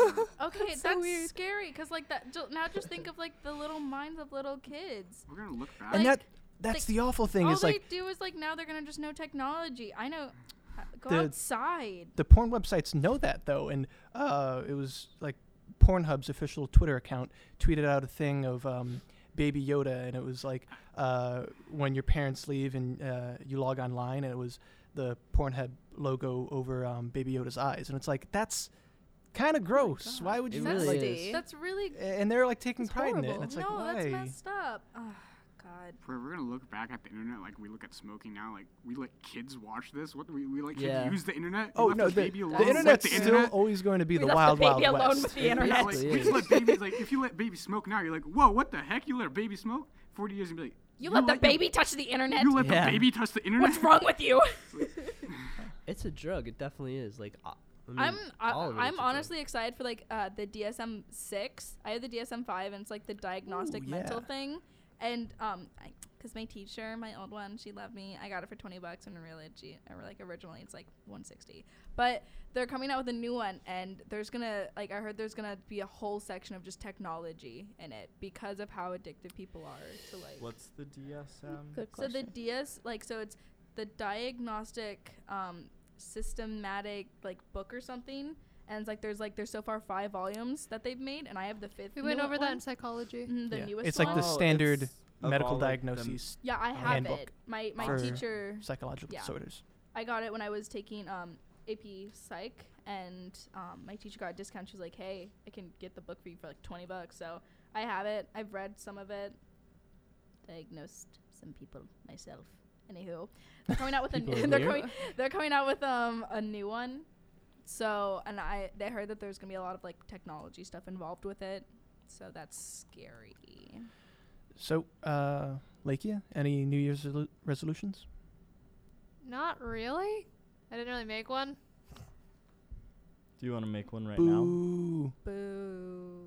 Speaker 7: That's
Speaker 1: that's,
Speaker 7: so weird.
Speaker 1: scary because like that. ju- Now just think of like the little minds of little kids.
Speaker 5: We're gonna look back.
Speaker 2: And
Speaker 1: Like,
Speaker 2: that that's the awful thing
Speaker 1: All
Speaker 2: is
Speaker 1: they
Speaker 2: like
Speaker 1: do is like now they're gonna just know technology. I know. Uh, Go
Speaker 2: The-
Speaker 1: outside.
Speaker 2: the porn websites know that though, and uh, it was like Pornhub's official Twitter account tweeted out a thing of um, Baby Yoda, and it was like uh, when your parents leave and uh, you log online, and it was the Pornhub logo over um, Baby Yoda's eyes, and it's like that's kind of gross. Why would
Speaker 8: It
Speaker 2: you
Speaker 8: really
Speaker 2: like,
Speaker 7: Nasty.
Speaker 8: is.
Speaker 1: That's really
Speaker 2: and they're like taking
Speaker 6: It's
Speaker 2: pride in it. And
Speaker 6: horrible.
Speaker 2: it's
Speaker 1: no.
Speaker 2: like,
Speaker 1: that's
Speaker 2: why?
Speaker 1: messed up. Oh, God.
Speaker 5: We're, we're gonna look back at the internet like we look at smoking now. Like we let kids watch this. What we we let kids
Speaker 8: Yeah.
Speaker 5: use the internet. We
Speaker 2: oh
Speaker 5: left
Speaker 2: no,
Speaker 5: this
Speaker 2: the,
Speaker 5: baby alone.
Speaker 2: the
Speaker 5: Let
Speaker 2: internet's
Speaker 5: the
Speaker 2: still
Speaker 5: internet-
Speaker 2: always going to be
Speaker 1: we
Speaker 2: the
Speaker 1: left
Speaker 2: wild,
Speaker 1: the baby
Speaker 2: wild
Speaker 1: alone
Speaker 2: west.
Speaker 1: with the
Speaker 8: It
Speaker 1: internet.
Speaker 5: Yeah,
Speaker 8: Yes,
Speaker 5: like,
Speaker 8: it
Speaker 5: we just let
Speaker 8: is.
Speaker 5: babies like if you let babies smoke now, you're like, whoa, what the heck? You let a baby smoke? Forty years and be like,
Speaker 1: You let the
Speaker 5: your-
Speaker 1: baby touch the internet.
Speaker 5: You let
Speaker 8: Yeah.
Speaker 5: the baby touch the internet.
Speaker 1: What's wrong with you?
Speaker 8: It's a drug. It definitely is. Like I, I mean,
Speaker 1: I'm I,
Speaker 8: all of it is a
Speaker 1: I'm
Speaker 8: drug.
Speaker 1: honestly excited for like uh, the DSM six. I have the DSM five, and it's like the diagnostic
Speaker 2: Ooh,
Speaker 1: mental
Speaker 2: yeah.
Speaker 1: thing. And um, because my teacher, my old one, she loved me. I got it for twenty bucks, and really, she or like originally it's like one sixty. But they're coming out with a new one, and there's gonna like I heard there's gonna be a whole section of just technology in it because of how addicted people are to like.
Speaker 3: What's the DSM?
Speaker 6: Good
Speaker 1: So
Speaker 6: question.
Speaker 1: the DS, like, so it's the diagnostic um, systematic like book or something, and it's like there's like there's so far five volumes that they've made, and I have the fifth.
Speaker 4: We went
Speaker 1: new
Speaker 4: over that
Speaker 1: one.
Speaker 4: in psychology.
Speaker 1: Mhm, the
Speaker 2: Yeah.
Speaker 1: newest.
Speaker 2: It's like
Speaker 1: one.
Speaker 2: the
Speaker 3: Oh,
Speaker 2: standard
Speaker 3: it's of all
Speaker 2: medical
Speaker 3: of them.
Speaker 2: diagnoses,
Speaker 1: Yeah, I have
Speaker 2: handbook
Speaker 1: it. My my
Speaker 2: for-
Speaker 1: teacher,
Speaker 2: psychological
Speaker 1: Yeah.
Speaker 2: disorders.
Speaker 1: I got it when I was taking um, AP Psych, and um, my teacher got a discount. She was like, "Hey, I can get the book for you for like twenty bucks." So I have it. I've read some of it. Diagnosed some people myself. Anywho, they're coming out with a
Speaker 8: People
Speaker 1: new,
Speaker 8: are
Speaker 1: they're
Speaker 8: weird.
Speaker 1: coming they're coming out with um a new one. So and I they heard that there's gonna be a lot of like technology stuff involved with it. So that's scary.
Speaker 2: So, uh, Lakia, any New Year's resolu- resolutions?
Speaker 4: Not really. I didn't really make one.
Speaker 3: Do you want to make one right now?
Speaker 1: Mm-hmm.
Speaker 2: Boo!
Speaker 1: Boo.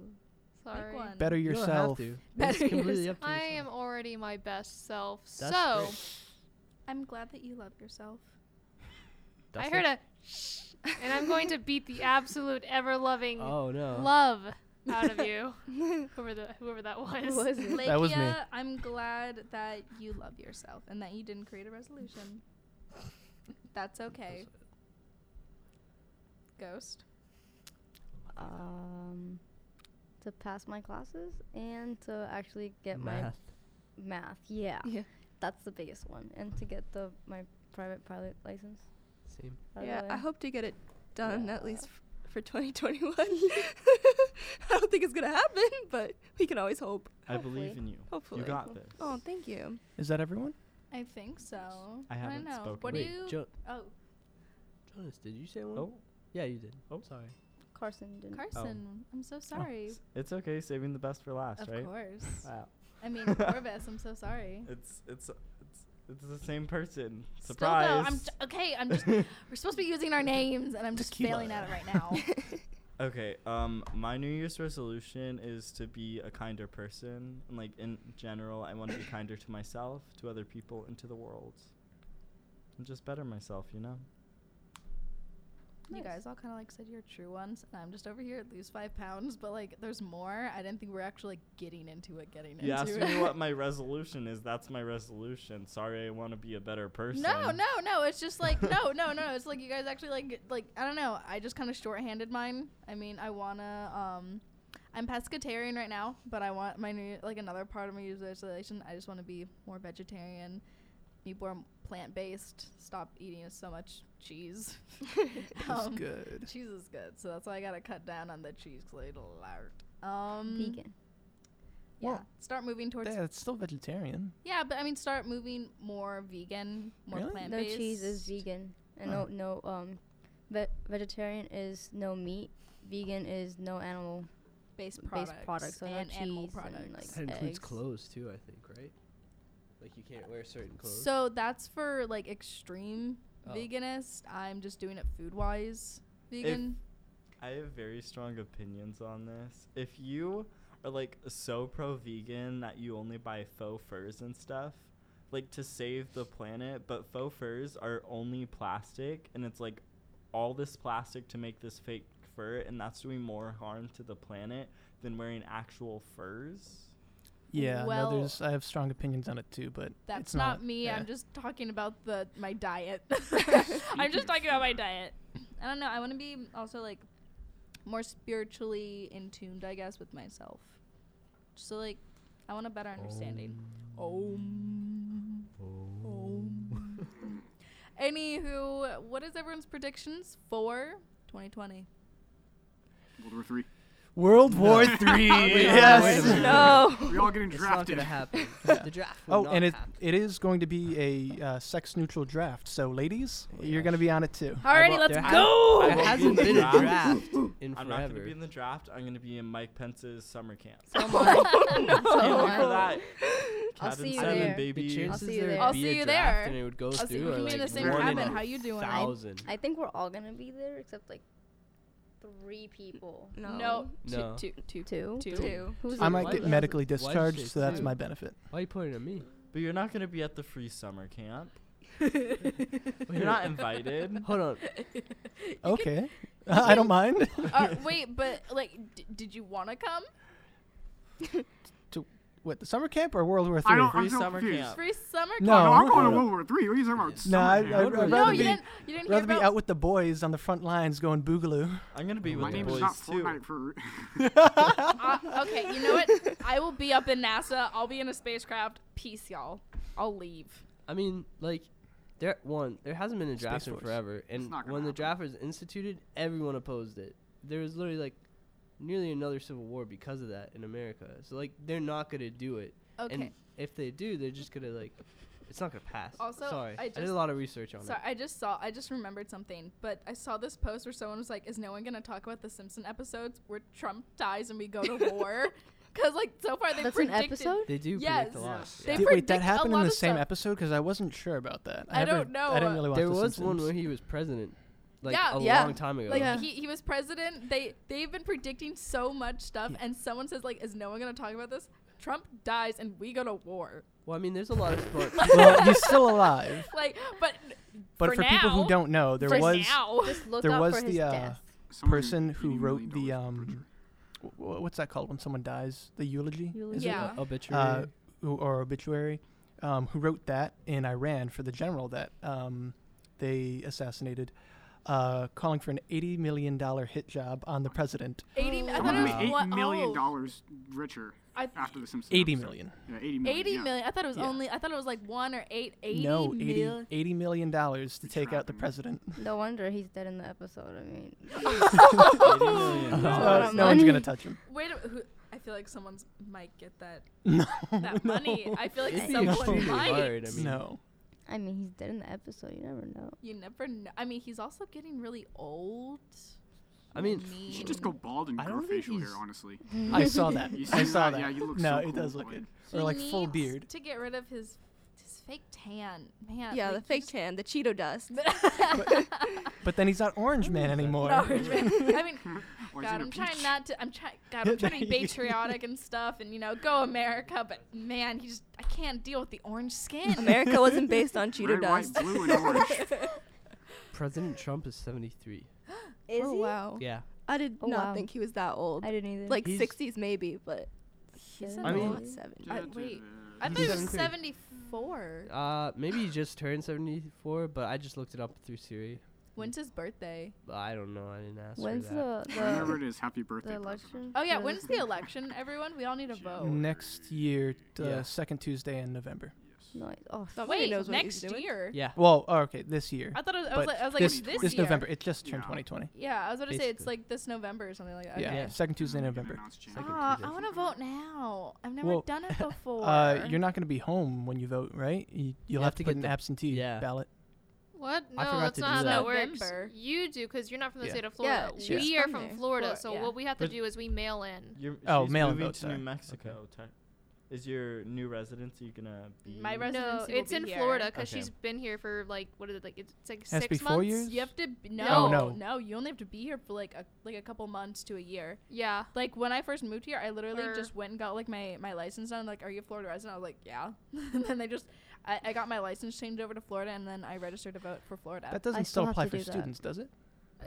Speaker 4: Sorry.
Speaker 1: Make one.
Speaker 2: Better
Speaker 8: You don't have
Speaker 2: yourself.
Speaker 8: to.
Speaker 1: Better
Speaker 8: It's completely
Speaker 1: yourself.
Speaker 8: up to
Speaker 4: I am
Speaker 8: yourself.
Speaker 4: already my best self.
Speaker 8: That's
Speaker 4: so
Speaker 8: great.
Speaker 1: I'm glad that you love yourself.
Speaker 8: That's
Speaker 4: I heard a
Speaker 8: it.
Speaker 4: shh, and I'm going to beat the absolute ever loving
Speaker 8: Oh no.
Speaker 4: love out of you, whoever the whoever that was.
Speaker 6: was it?
Speaker 1: Lakia,
Speaker 2: That was me.
Speaker 1: I'm glad that you love yourself and that you didn't create a resolution. That's okay. Ghost.
Speaker 6: um, to pass my classes and to actually get my
Speaker 8: Math.
Speaker 6: math. Yeah.
Speaker 7: Yeah.
Speaker 6: That's the biggest one. And to get the my private pilot license.
Speaker 8: Same.
Speaker 6: out of
Speaker 7: Yeah,
Speaker 6: the
Speaker 7: I
Speaker 6: way.
Speaker 7: hope to get it done
Speaker 6: Yeah.
Speaker 7: at least f- for 2021. I don't think it's gonna happen, but we can always hope.
Speaker 3: I believe
Speaker 6: Hopefully.
Speaker 3: in you.
Speaker 7: Hopefully.
Speaker 3: You got this.
Speaker 7: Oh, thank you.
Speaker 2: Is that everyone?
Speaker 1: I think so.
Speaker 3: I
Speaker 1: don't
Speaker 3: haven't
Speaker 1: know.
Speaker 3: spoken.
Speaker 1: What
Speaker 8: Wait,
Speaker 1: do you?
Speaker 8: Jo-
Speaker 1: oh,
Speaker 8: Jonas, did you say one?
Speaker 3: Oh,
Speaker 8: Yeah, you did.
Speaker 3: Oh.
Speaker 8: sorry.
Speaker 6: Carson didn't.
Speaker 1: Carson. I'm so sorry.
Speaker 3: it's okay. Saving the best for last,
Speaker 1: of
Speaker 3: Oh, right? Uh,
Speaker 1: course.
Speaker 3: Wow.
Speaker 1: I mean, Corvus. I'm so sorry.
Speaker 3: It's it's it's it's the same person.
Speaker 1: Still though,
Speaker 3: Surprise.
Speaker 1: I'm j- okay. I'm just. we're supposed to be using our names, and I'm just
Speaker 2: Tequila.
Speaker 1: failing at it right now.
Speaker 3: Okay. Um, my New Year's resolution is to be a kinder person, and like in general, I want to be kinder to myself, to other people, and to the world, and just better myself. You know.
Speaker 1: You
Speaker 6: Nice.
Speaker 1: guys all kind of like said your true ones, and I'm just over here lose five pounds, but like there's more. I didn't think we are actually like, getting into it, getting
Speaker 3: You asked
Speaker 1: into
Speaker 3: me
Speaker 1: it.
Speaker 3: what my resolution is. That's my resolution. Sorry, I want to be a better person.
Speaker 1: no, no, no. It's just like no, no, no. It's like you guys actually like like I don't know. I just kind of shorthanded mine. I mean, I wanna um, I'm pescatarian right now, but I want my new like another part of my resolution. I just want to be more vegetarian, be more plant based. Stop eating so much cheese.
Speaker 2: That's
Speaker 1: Um,
Speaker 2: good.
Speaker 1: Cheese
Speaker 7: Mm.
Speaker 1: is good, so that's why I gotta cut down on the cheese 'cause I eat a lot. Um,
Speaker 6: Vegan.
Speaker 1: Yeah.
Speaker 2: Well,
Speaker 1: start moving towards.
Speaker 2: Yeah, it's still vegetarian.
Speaker 1: Yeah, but I mean, start moving more vegan, more
Speaker 2: Really? No
Speaker 1: plant
Speaker 6: No
Speaker 1: based.
Speaker 6: cheese is vegan, and
Speaker 2: Huh.
Speaker 6: no no um, ve- vegetarian is no meat. Vegan is no animal.
Speaker 1: based products,
Speaker 6: products so no
Speaker 1: and animal
Speaker 6: cheese and,
Speaker 1: products.
Speaker 6: like-
Speaker 8: That
Speaker 6: Eggs.
Speaker 8: includes clothes too, I think, right? Like you can't wear certain clothes.
Speaker 1: so that's for like extreme
Speaker 8: Oh.
Speaker 1: veganist. I'm just doing it food wise vegan.
Speaker 3: I have very strong opinions on this. If you are like so pro vegan that you only buy faux furs and stuff, like to save the planet, but faux furs are only plastic and it's like all this plastic to make this fake fur and that's doing more harm to the planet than wearing actual furs.
Speaker 2: Yeah,
Speaker 1: Well-
Speaker 2: no, there's I have strong opinions on it too, but
Speaker 1: That's
Speaker 2: it's
Speaker 1: not,
Speaker 2: not,
Speaker 1: me.
Speaker 2: yeah.
Speaker 1: I'm just talking about the my diet. I'm just talking about my diet. I don't know. I want to be also like more spiritually in tuned, I guess, with myself. So like, I want a better understanding. Om. Om. Anywho, what is everyone's predictions for 2020?
Speaker 5: World War Three.
Speaker 2: World War Three. yes.
Speaker 7: No.
Speaker 5: We all getting
Speaker 8: it's not
Speaker 5: drafted.
Speaker 8: gonna happen. The draft. Will
Speaker 2: Oh,
Speaker 8: not
Speaker 2: and it
Speaker 8: happen.
Speaker 2: it is going to be a uh, sex neutral draft. So, ladies,
Speaker 8: Oh,
Speaker 2: you're
Speaker 8: yeah.
Speaker 2: going to be on it too.
Speaker 1: Alrighty,
Speaker 8: want-
Speaker 1: let's
Speaker 8: there has-
Speaker 1: go.
Speaker 2: Oh,
Speaker 3: I
Speaker 8: There
Speaker 3: won't
Speaker 8: hasn't
Speaker 3: be in
Speaker 8: been a
Speaker 3: the
Speaker 8: draft in
Speaker 3: I'm not going to
Speaker 8: forever.
Speaker 3: be in the draft. I'm going to be in Mike Pence's summer camp. Can't
Speaker 6: Oh,
Speaker 3: look
Speaker 6: my.
Speaker 3: for that.
Speaker 6: I'll
Speaker 3: Cat and
Speaker 6: see you
Speaker 3: seven,
Speaker 6: there.
Speaker 8: the
Speaker 3: baby.
Speaker 8: chances
Speaker 6: see you
Speaker 8: there would
Speaker 6: there. I'll
Speaker 8: be
Speaker 1: see
Speaker 8: a
Speaker 1: you
Speaker 8: draft
Speaker 1: there.
Speaker 8: and it would go
Speaker 1: I'll see-
Speaker 8: through
Speaker 1: we
Speaker 8: are
Speaker 1: can be
Speaker 8: like
Speaker 1: in the same
Speaker 8: one in
Speaker 3: cabin.
Speaker 8: a
Speaker 1: How you doing? I-
Speaker 8: Thousand.
Speaker 6: I think we're all gonna be there except like three people.
Speaker 1: No,
Speaker 8: No.
Speaker 1: Two, two, two,
Speaker 6: Two.
Speaker 1: two.
Speaker 6: Who's
Speaker 2: I
Speaker 6: it?
Speaker 2: might
Speaker 8: Why
Speaker 2: get
Speaker 8: does-
Speaker 2: medically
Speaker 8: why does it
Speaker 2: discharged, so that's
Speaker 8: say-
Speaker 2: my benefit.
Speaker 8: Why are you pointing at me?
Speaker 3: But you're not going to be at the free summer camp. You're not invited.
Speaker 8: Hold on.
Speaker 2: Okay, I don't mind.
Speaker 1: Uh, wait, but like, d- did you want to come?
Speaker 2: What the summer camp or World War
Speaker 5: I
Speaker 2: Three?
Speaker 5: don't.
Speaker 3: Free
Speaker 5: I'm so
Speaker 3: summer
Speaker 5: confused.
Speaker 3: camp.
Speaker 1: Free summer camp?
Speaker 2: No.
Speaker 5: No, I'm
Speaker 2: we're
Speaker 5: going to
Speaker 2: good.
Speaker 5: World War Three. What are you talking about?
Speaker 2: Oh. No, I, I'd,
Speaker 5: Summer
Speaker 2: I'd
Speaker 5: camp.
Speaker 2: rather,
Speaker 1: No,
Speaker 2: be,
Speaker 1: you didn't. You didn't hear
Speaker 2: rather be
Speaker 1: about.
Speaker 2: out with the boys on the front lines going boogaloo.
Speaker 3: I'm going to be with
Speaker 8: My
Speaker 5: My
Speaker 3: the
Speaker 5: name is
Speaker 3: boys
Speaker 5: not
Speaker 3: too.
Speaker 5: Fortnite for.
Speaker 1: Uh, okay, you know what? I will be up in NASA. I'll be in a spacecraft. Peace, y'all. I'll leave.
Speaker 8: I mean, like, there one there hasn't been a draft in
Speaker 2: Force.
Speaker 8: forever, and
Speaker 5: not gonna
Speaker 8: when the
Speaker 5: happen.
Speaker 8: draft was instituted, everyone opposed it. There was literally like nearly another civil war because of that in America. So like, they're not gonna do it.
Speaker 1: Okay.
Speaker 8: And if they do, they're just gonna like, it's not gonna pass.
Speaker 1: Also,
Speaker 8: sorry,
Speaker 1: I
Speaker 8: I, did
Speaker 1: just-
Speaker 8: a lot of research on
Speaker 1: So I just saw, I just remembered something, but I saw this post where someone was like, "Is no one gonna talk about the Simpson episodes where Trump dies and we go to war?" Because like so far they
Speaker 6: That's an
Speaker 1: predicted.
Speaker 6: episode.
Speaker 8: it. They do
Speaker 1: Yes.
Speaker 8: predict a lot. yeah.
Speaker 1: They
Speaker 2: Did, wait, that
Speaker 1: predict a
Speaker 2: happened in
Speaker 1: lot
Speaker 2: the
Speaker 1: of
Speaker 2: same
Speaker 1: stuff.
Speaker 2: episode because I wasn't sure about that.
Speaker 1: I
Speaker 2: never-
Speaker 1: don't know.
Speaker 2: I didn't really watch
Speaker 8: There
Speaker 2: The
Speaker 8: was one
Speaker 2: Simpsons.
Speaker 8: where he was president, like
Speaker 1: Yeah,
Speaker 8: a
Speaker 7: yeah.
Speaker 8: long time ago.
Speaker 1: Like
Speaker 7: Yeah.
Speaker 1: he, he was president. They they've been predicting so much stuff, and someone says like, "Is no one gonna talk about this?" Trump dies and we go to war.
Speaker 8: Well, I mean, there's a lot of sport.
Speaker 2: well, he's still alive,
Speaker 1: Like, but
Speaker 2: but
Speaker 1: For
Speaker 2: for, people
Speaker 1: now-
Speaker 2: who don't know, there
Speaker 1: for
Speaker 2: was
Speaker 1: now,
Speaker 6: Just look
Speaker 2: There
Speaker 6: out
Speaker 2: was
Speaker 6: for his
Speaker 2: the, uh,
Speaker 6: death.
Speaker 2: person who wrote the um, wh- wh- what's that called when someone dies? The eulogy,
Speaker 6: Eulogy.
Speaker 2: Is it?
Speaker 1: yeah.
Speaker 8: obituary.
Speaker 2: Uh, who, or obituary, um, who wrote that in Iran for the general that um, they assassinated, uh, calling for an eighty million dollar hit job on the president.
Speaker 1: eighty. I
Speaker 5: I'm
Speaker 1: thought it
Speaker 5: gonna
Speaker 1: was
Speaker 5: be eight
Speaker 1: one-
Speaker 5: million
Speaker 1: oh,
Speaker 5: dollars richer
Speaker 1: I-
Speaker 5: after the Simpsons.
Speaker 2: Eighty
Speaker 5: episode.
Speaker 2: million.
Speaker 5: Yeah, eighty million.
Speaker 1: Eighty
Speaker 5: yeah.
Speaker 1: million. I thought it was
Speaker 2: Yeah.
Speaker 1: only. I thought it was like one or eight. Eighty
Speaker 2: no, 80,
Speaker 1: mil-
Speaker 2: 80 million dollars to
Speaker 5: It's
Speaker 2: take out the
Speaker 5: rotten.
Speaker 2: president.
Speaker 6: No wonder he's dead in the episode. I mean,
Speaker 2: Uh,
Speaker 6: lot of
Speaker 2: no one's
Speaker 6: money.
Speaker 2: gonna touch him.
Speaker 1: Wait. A, who, I feel like someone's might get that
Speaker 2: No,
Speaker 1: that
Speaker 2: no,
Speaker 1: money. I feel like
Speaker 8: It'd be
Speaker 1: someone
Speaker 8: extremely
Speaker 1: might.
Speaker 8: hard. I mean,
Speaker 2: no.
Speaker 6: I mean, he's dead in the episode. You never know.
Speaker 1: You never know. I mean, he's also getting really old.
Speaker 8: I mean,
Speaker 5: You should just go bald and
Speaker 8: I
Speaker 5: grow
Speaker 8: don't think
Speaker 5: facial hair,
Speaker 8: he's-
Speaker 5: honestly.
Speaker 2: I saw that.
Speaker 5: You
Speaker 2: I
Speaker 5: see
Speaker 2: saw
Speaker 5: that?
Speaker 2: that.
Speaker 5: Yeah, you look
Speaker 2: no,
Speaker 5: so
Speaker 2: it does
Speaker 5: cool,
Speaker 2: look
Speaker 5: boy.
Speaker 2: good.
Speaker 1: He
Speaker 2: Or like full
Speaker 1: needs
Speaker 2: beard.
Speaker 1: to get rid of his his fake tan. Man.
Speaker 7: Yeah, the
Speaker 1: like,
Speaker 7: fake
Speaker 1: he's-
Speaker 7: tan, the Cheeto dust.
Speaker 2: But then he's not Orange Man anymore.
Speaker 1: No, I mean,
Speaker 5: Or is it
Speaker 1: God,
Speaker 5: a
Speaker 1: I'm trying
Speaker 5: peach?
Speaker 1: not to. I'm trying. God, I'm trying to be patriotic and stuff, and you know, go America. But man, you just I can't deal with the orange skin.
Speaker 7: America wasn't based on Cheeto
Speaker 5: Red, white,
Speaker 7: dust.
Speaker 5: blue, and orange.
Speaker 8: President Trump is 73.
Speaker 6: Is
Speaker 7: oh
Speaker 6: he?
Speaker 7: wow!
Speaker 8: Yeah.
Speaker 7: I did
Speaker 6: Oh,
Speaker 7: not
Speaker 6: wow.
Speaker 7: think he was that old.
Speaker 6: I didn't either.
Speaker 7: Like
Speaker 8: He's-
Speaker 7: 60s maybe, but
Speaker 6: He's
Speaker 1: an
Speaker 8: I
Speaker 7: I
Speaker 8: mean-
Speaker 7: mean,
Speaker 8: old-
Speaker 6: alive.
Speaker 1: I-
Speaker 5: Da- da-
Speaker 1: Uh, wait.
Speaker 5: da-
Speaker 1: I thought he was
Speaker 8: Seventy-three.
Speaker 1: 74.
Speaker 8: Uh, maybe he just turned 74, but I just looked it up through Siri.
Speaker 1: When's his birthday?
Speaker 8: But I don't know. I didn't ask
Speaker 6: When's
Speaker 8: her that.
Speaker 6: the
Speaker 5: Whenever
Speaker 6: the,
Speaker 5: it is, happy birthday.
Speaker 6: the
Speaker 5: President.
Speaker 6: election?
Speaker 1: Oh yeah,
Speaker 6: The-
Speaker 1: when's the election? Everyone, we all need to vote.
Speaker 2: Next year, uh,
Speaker 8: Yeah.
Speaker 2: second Tuesday in November.
Speaker 5: Yes.
Speaker 6: Nice. Oh,
Speaker 7: Nobody
Speaker 1: Wait,
Speaker 7: knows what he's
Speaker 1: next
Speaker 7: doing.
Speaker 1: year.
Speaker 8: Yeah.
Speaker 2: Well, oh, okay, this year.
Speaker 1: I thought it was, I
Speaker 2: But
Speaker 1: was like, I was like
Speaker 2: this
Speaker 1: this,
Speaker 2: this,
Speaker 1: year.
Speaker 2: November. It just turned
Speaker 5: Yeah.
Speaker 2: 2020.
Speaker 1: Yeah, I was gonna say it's
Speaker 8: Basically.
Speaker 1: like this November or something like that.
Speaker 2: Yeah.
Speaker 1: Okay.
Speaker 8: Yeah.
Speaker 2: Second Tuesday in November.
Speaker 8: Second
Speaker 1: Ah,
Speaker 8: Tuesday.
Speaker 1: I want to vote now. I've never
Speaker 2: Well,
Speaker 1: done it before.
Speaker 2: Uh, you're not going to be home when you vote, right? You, you'll
Speaker 8: You
Speaker 2: have,
Speaker 8: have
Speaker 2: to
Speaker 8: to
Speaker 2: put
Speaker 8: get
Speaker 2: an
Speaker 8: the-
Speaker 2: absentee
Speaker 8: yeah.
Speaker 2: ballot.
Speaker 4: What?
Speaker 8: I
Speaker 4: No,
Speaker 8: forgot
Speaker 4: that's
Speaker 8: to
Speaker 4: not
Speaker 8: do
Speaker 4: how
Speaker 8: that.
Speaker 4: that works.
Speaker 1: November.
Speaker 4: You do because you're not from the
Speaker 2: Yeah.
Speaker 4: state of
Speaker 7: Yeah,
Speaker 4: Florida.
Speaker 7: she's
Speaker 4: we are
Speaker 7: from
Speaker 4: from
Speaker 7: there.
Speaker 4: Florida,
Speaker 7: Flor-
Speaker 4: so
Speaker 1: yeah.
Speaker 4: what we have to
Speaker 3: But-
Speaker 4: do is we mail in.
Speaker 3: You're,
Speaker 2: Oh,
Speaker 3: she's
Speaker 2: mail-in
Speaker 3: moving
Speaker 2: votes,
Speaker 3: to New
Speaker 2: uh,
Speaker 3: Mexico. tech Is your new residency gonna be?
Speaker 1: My res-
Speaker 4: No,
Speaker 1: Residency will
Speaker 4: it's
Speaker 1: be
Speaker 4: in
Speaker 1: here.
Speaker 4: Florida because
Speaker 3: Okay.
Speaker 4: she's been here for like what is it like? It's, it's like
Speaker 2: Has to be
Speaker 4: six
Speaker 2: four
Speaker 4: months.
Speaker 2: years?
Speaker 1: You have to b- no,
Speaker 2: oh,
Speaker 4: No.
Speaker 1: no, You only have to be here for like a like a couple months to a year.
Speaker 4: Yeah.
Speaker 1: Like when I first moved here, I literally
Speaker 4: Or-
Speaker 1: just went and got like my my license done. Like, are you a Florida resident? I was like, yeah. and then they just, I, I got my license changed over to Florida, and then I registered to vote for Florida.
Speaker 2: That doesn't still
Speaker 6: still have
Speaker 2: apply
Speaker 6: to
Speaker 2: for
Speaker 6: do that.
Speaker 2: students, does it?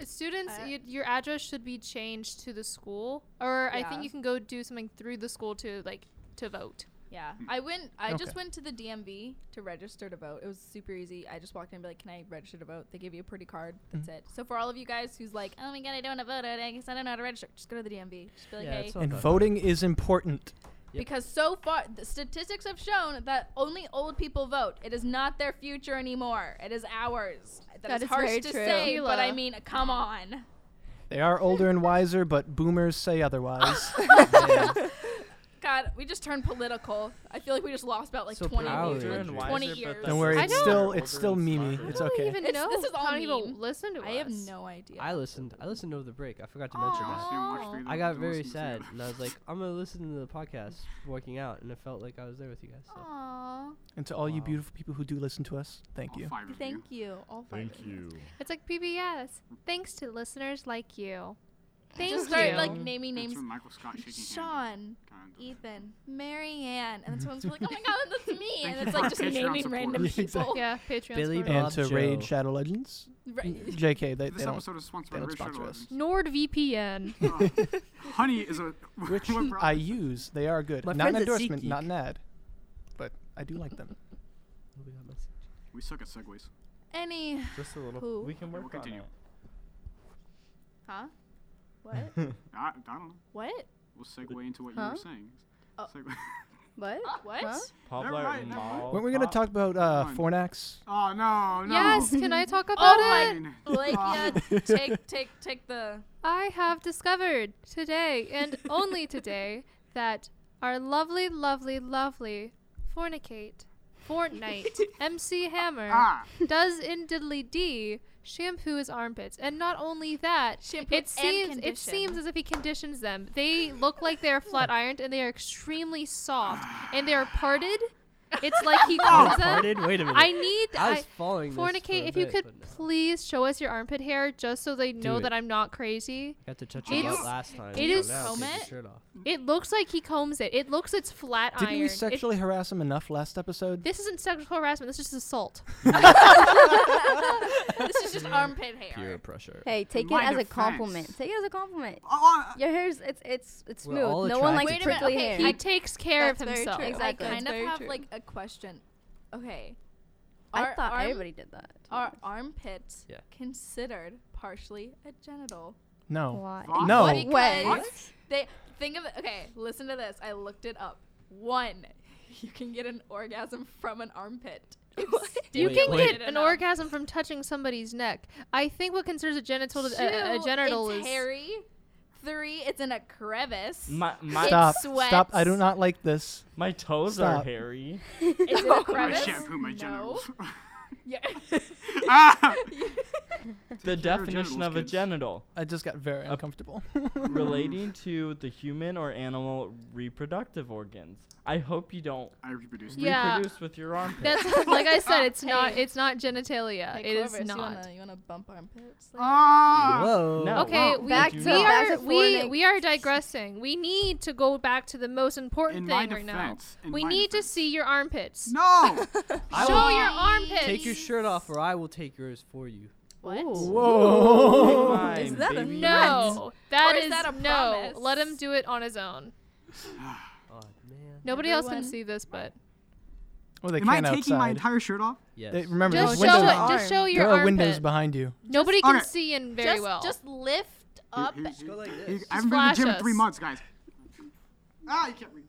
Speaker 4: Uh, Students,
Speaker 1: Uh,
Speaker 4: y- your address should be changed to the school, or I
Speaker 1: Yeah.
Speaker 4: think you can go do something through the school to like to vote.
Speaker 1: Yeah,
Speaker 5: Hmm.
Speaker 1: I went. I
Speaker 2: Okay.
Speaker 1: just went to the DMV to register to vote. It was super easy. I just walked in and be like, "Can I register to vote?" They give you a pretty card. That's
Speaker 2: Mm.
Speaker 1: it. So for all of you guys who's like, "Oh my god, I don't want to vote. I guess I don't know how to register." Just go to the DMV. Just be like,
Speaker 8: Yeah,
Speaker 1: "Hey,"
Speaker 8: it's all
Speaker 2: and
Speaker 8: about-
Speaker 2: voting is important.
Speaker 8: Yep.
Speaker 1: because so far the statistics have shown that only old people vote. It is not their future anymore. It is ours.
Speaker 7: That
Speaker 1: is
Speaker 7: is
Speaker 1: harsh
Speaker 7: very
Speaker 1: to
Speaker 7: true.
Speaker 1: say, but I
Speaker 4: Tequila.
Speaker 1: mean, come on.
Speaker 2: They are older and wiser, but boomers say otherwise.
Speaker 8: Yeah.
Speaker 1: God, we just turned political. I feel like we just lost about like
Speaker 8: So
Speaker 1: 20
Speaker 8: proud.
Speaker 1: years.
Speaker 8: Older
Speaker 3: Older
Speaker 8: and
Speaker 3: and
Speaker 8: wiser,
Speaker 1: 20
Speaker 3: wiser,
Speaker 1: years.
Speaker 3: but
Speaker 2: Don't
Speaker 3: that's
Speaker 2: worry,
Speaker 3: not
Speaker 4: it's
Speaker 3: true.
Speaker 2: still-
Speaker 3: Older
Speaker 2: it's
Speaker 3: and
Speaker 2: still Mimi.
Speaker 3: smarter.
Speaker 2: It's
Speaker 4: I
Speaker 2: okay.
Speaker 4: don't even
Speaker 1: It's-
Speaker 4: know.
Speaker 1: this is all
Speaker 4: I don't
Speaker 1: meme.
Speaker 4: even listen to
Speaker 1: I have
Speaker 4: us.
Speaker 1: no idea.
Speaker 8: I listened. I listened over the break. I forgot to mention that.
Speaker 4: Aw.
Speaker 8: I got very sad, and I was like, "I'm gonna listen to the podcast working out," and it felt like I was there with you guys. So.
Speaker 4: Aww.
Speaker 2: and to all you
Speaker 8: Wow.
Speaker 2: beautiful people who do listen to us, thank you.
Speaker 1: Thank you. All five of
Speaker 4: It's like PBS. Thanks to listeners like you. Thank
Speaker 1: Just
Speaker 4: you.
Speaker 1: start like naming
Speaker 5: That's
Speaker 1: names.
Speaker 5: when Michael Scott shaking hands.
Speaker 1: Sean,
Speaker 5: Kind of.
Speaker 1: Ethan, Marianne, and then someone's like, "Oh my God, that's me!"
Speaker 5: Thank
Speaker 1: And
Speaker 5: you
Speaker 1: it's
Speaker 5: for
Speaker 1: like just
Speaker 5: Patreon
Speaker 1: naming
Speaker 5: support.
Speaker 1: random
Speaker 2: Yeah,
Speaker 5: Oh.
Speaker 1: people.
Speaker 2: exactly.
Speaker 4: yeah, Patreon.
Speaker 8: Billy
Speaker 4: support.
Speaker 2: And
Speaker 8: Bob
Speaker 2: to Raid
Speaker 8: Joe.
Speaker 2: Shadow Legends,
Speaker 1: Right.
Speaker 2: JK, they, they
Speaker 5: This
Speaker 2: don't.
Speaker 5: episode is
Speaker 2: they
Speaker 5: sponsored by
Speaker 2: don't
Speaker 5: Red Shadow
Speaker 2: sponsor us.
Speaker 5: Legends.
Speaker 4: NordVPN.
Speaker 5: Oh, honey is a
Speaker 2: which
Speaker 5: what
Speaker 2: I
Speaker 5: brought-
Speaker 2: use. They are good.
Speaker 8: My
Speaker 2: not an
Speaker 8: friends at
Speaker 2: endorsement,
Speaker 8: SeatGeek.
Speaker 2: not an ad, but I do like them.
Speaker 8: Oh, we got message.
Speaker 5: We suck at segues.
Speaker 1: Any,
Speaker 3: Just a little.
Speaker 1: Who?
Speaker 3: We can
Speaker 5: We'll
Speaker 3: work on
Speaker 5: continue.
Speaker 3: it.
Speaker 1: huh? What?
Speaker 5: I, I don't know.
Speaker 1: What?
Speaker 5: We'll segue into what you
Speaker 6: Huh?
Speaker 5: were saying.
Speaker 1: Oh.
Speaker 5: Segue-
Speaker 6: What?
Speaker 1: What?
Speaker 6: Huh?
Speaker 3: Pablo
Speaker 5: Never mind, never mind.
Speaker 3: Mall.
Speaker 2: Weren't we going to talk about uh,
Speaker 5: Come
Speaker 2: Fornax?
Speaker 5: oh no, Oh no.
Speaker 4: yes, can I talk about
Speaker 1: my-
Speaker 4: it?
Speaker 5: Fine.
Speaker 1: Like, yeah,
Speaker 5: Ah,
Speaker 1: take, take, take the.
Speaker 4: I have discovered today and only today that our lovely, lovely, lovely fornicate, Fortnite, MC Hammer
Speaker 5: Ah,
Speaker 4: does indeedly D shampoo his armpits, and not only that,
Speaker 1: Shampoo and
Speaker 4: it seems
Speaker 1: condition.
Speaker 4: it seems as if he conditions them. They look like they are flat ironed, and they are extremely soft, and they are parted. It's like he combs them.
Speaker 8: Parted? Wait a minute.
Speaker 4: I need.
Speaker 8: I was
Speaker 4: I-
Speaker 8: following this for a
Speaker 4: Fornicate, if you
Speaker 8: bit,
Speaker 4: could
Speaker 8: but no.
Speaker 4: please show us your armpit hair just so they know
Speaker 8: it.
Speaker 4: that I'm not crazy.
Speaker 8: I got to touch it
Speaker 4: It's-
Speaker 8: out last time.
Speaker 4: it
Speaker 8: so
Speaker 4: is
Speaker 8: now take your
Speaker 1: helmet?
Speaker 8: shirt off.
Speaker 4: It looks like he combs it. It looks it's flat
Speaker 2: Didn't
Speaker 4: iron.
Speaker 2: we sexually harass him enough last episode?
Speaker 4: this isn't sexual harassment. This is just assault.
Speaker 1: This is just armpit hair.
Speaker 8: pressure.
Speaker 6: Hey, take
Speaker 5: my
Speaker 6: it as a
Speaker 5: defense.
Speaker 6: compliment. Take it as a compliment.
Speaker 5: ah,
Speaker 6: Your hair's it's it's it's
Speaker 8: We're
Speaker 6: smooth.
Speaker 8: all
Speaker 6: No one likes
Speaker 8: attracted
Speaker 1: to
Speaker 6: prickly
Speaker 1: it.
Speaker 6: hair.
Speaker 1: Okay,
Speaker 4: He takes care of
Speaker 7: That's very
Speaker 4: himself.
Speaker 7: true.
Speaker 1: I
Speaker 7: Exactly.
Speaker 1: kind of
Speaker 7: That's very
Speaker 1: have
Speaker 7: true.
Speaker 1: like a question. Okay.
Speaker 6: I
Speaker 1: Are
Speaker 6: thought
Speaker 1: arm-
Speaker 6: everybody did that.
Speaker 1: Are armpits
Speaker 8: Yeah.
Speaker 1: considered partially a genital?
Speaker 2: No.
Speaker 6: Oh. Why?
Speaker 5: What?
Speaker 2: No.
Speaker 1: Because
Speaker 6: Way.
Speaker 5: What?
Speaker 1: They think of it. Okay, listen to this. I looked it up. One, you can get an orgasm from an armpit.
Speaker 4: You
Speaker 8: Wait,
Speaker 4: can
Speaker 8: wait.
Speaker 4: get an orgasm from touching somebody's neck. I think what considers a genital to- a, a genital
Speaker 1: it's
Speaker 4: is
Speaker 1: hairy. Three, it's in a crevice.
Speaker 3: My my
Speaker 2: Stop.
Speaker 1: sweats.
Speaker 2: Stop. I do not like this.
Speaker 3: my toes
Speaker 2: Stop.
Speaker 3: are hairy.
Speaker 1: Is it
Speaker 6: Oh,
Speaker 1: a
Speaker 5: I
Speaker 1: crevice?
Speaker 5: shampoo my
Speaker 1: No.
Speaker 5: genitals.
Speaker 1: Yeah.
Speaker 5: ah,
Speaker 3: the
Speaker 5: care of
Speaker 3: definition
Speaker 5: genitals,
Speaker 3: of a
Speaker 5: kids.
Speaker 3: genital
Speaker 2: I just got very
Speaker 3: Uh,
Speaker 2: uncomfortable.
Speaker 3: relating to the human or animal reproductive organs. I hope you don't
Speaker 5: I reproduced.
Speaker 4: Yeah.
Speaker 3: reproduce with your armpit.
Speaker 4: that's like I said. It's not.
Speaker 1: Hey.
Speaker 4: It's not genitalia.
Speaker 1: Hey,
Speaker 4: it is
Speaker 1: Clovis, You
Speaker 4: not.
Speaker 1: wanna, you wanna bump armpits?
Speaker 5: Ah.
Speaker 8: Whoa.
Speaker 2: Oh,
Speaker 3: No.
Speaker 4: Okay,
Speaker 5: Wow.
Speaker 4: we,
Speaker 6: Back
Speaker 4: we
Speaker 6: to- back
Speaker 4: are
Speaker 6: to
Speaker 4: we,
Speaker 6: fornic-
Speaker 4: we are digressing. We need to go back to the most important
Speaker 5: In my
Speaker 4: thing right now.
Speaker 5: defense, in
Speaker 4: We
Speaker 5: my
Speaker 4: need to
Speaker 5: defense.
Speaker 4: see your armpits.
Speaker 5: No.
Speaker 1: Oh.
Speaker 8: I
Speaker 4: Show
Speaker 8: will
Speaker 4: your armpits.
Speaker 8: take your shirt off, or I will take yours for you.
Speaker 1: What?
Speaker 2: Whoa.
Speaker 3: Mine,
Speaker 7: Is that a
Speaker 3: baby.
Speaker 4: No, that
Speaker 1: Or is
Speaker 4: is
Speaker 1: that a
Speaker 4: no.
Speaker 1: promise?
Speaker 4: Let him do it on his own.
Speaker 8: Oh man.
Speaker 4: Nobody else
Speaker 1: Everyone.
Speaker 4: can see this, but
Speaker 2: Well, they
Speaker 5: Am I
Speaker 2: can
Speaker 5: taking
Speaker 2: outside.
Speaker 5: my entire shirt off?
Speaker 8: Yes.
Speaker 2: They- remember,
Speaker 4: just
Speaker 2: there's
Speaker 4: show
Speaker 2: windows.
Speaker 4: it. Just show your
Speaker 2: there are windows
Speaker 4: armpit.
Speaker 2: behind you.
Speaker 4: Nobody can
Speaker 5: Alright.
Speaker 4: see in very
Speaker 1: just,
Speaker 4: well.
Speaker 1: Just lift up.
Speaker 5: Here-
Speaker 8: Go
Speaker 5: here-
Speaker 8: like
Speaker 5: here-
Speaker 8: this.
Speaker 5: I haven't been to the
Speaker 4: flash
Speaker 5: gym in three
Speaker 4: us.
Speaker 5: months, guys. Ah, you can't reach it.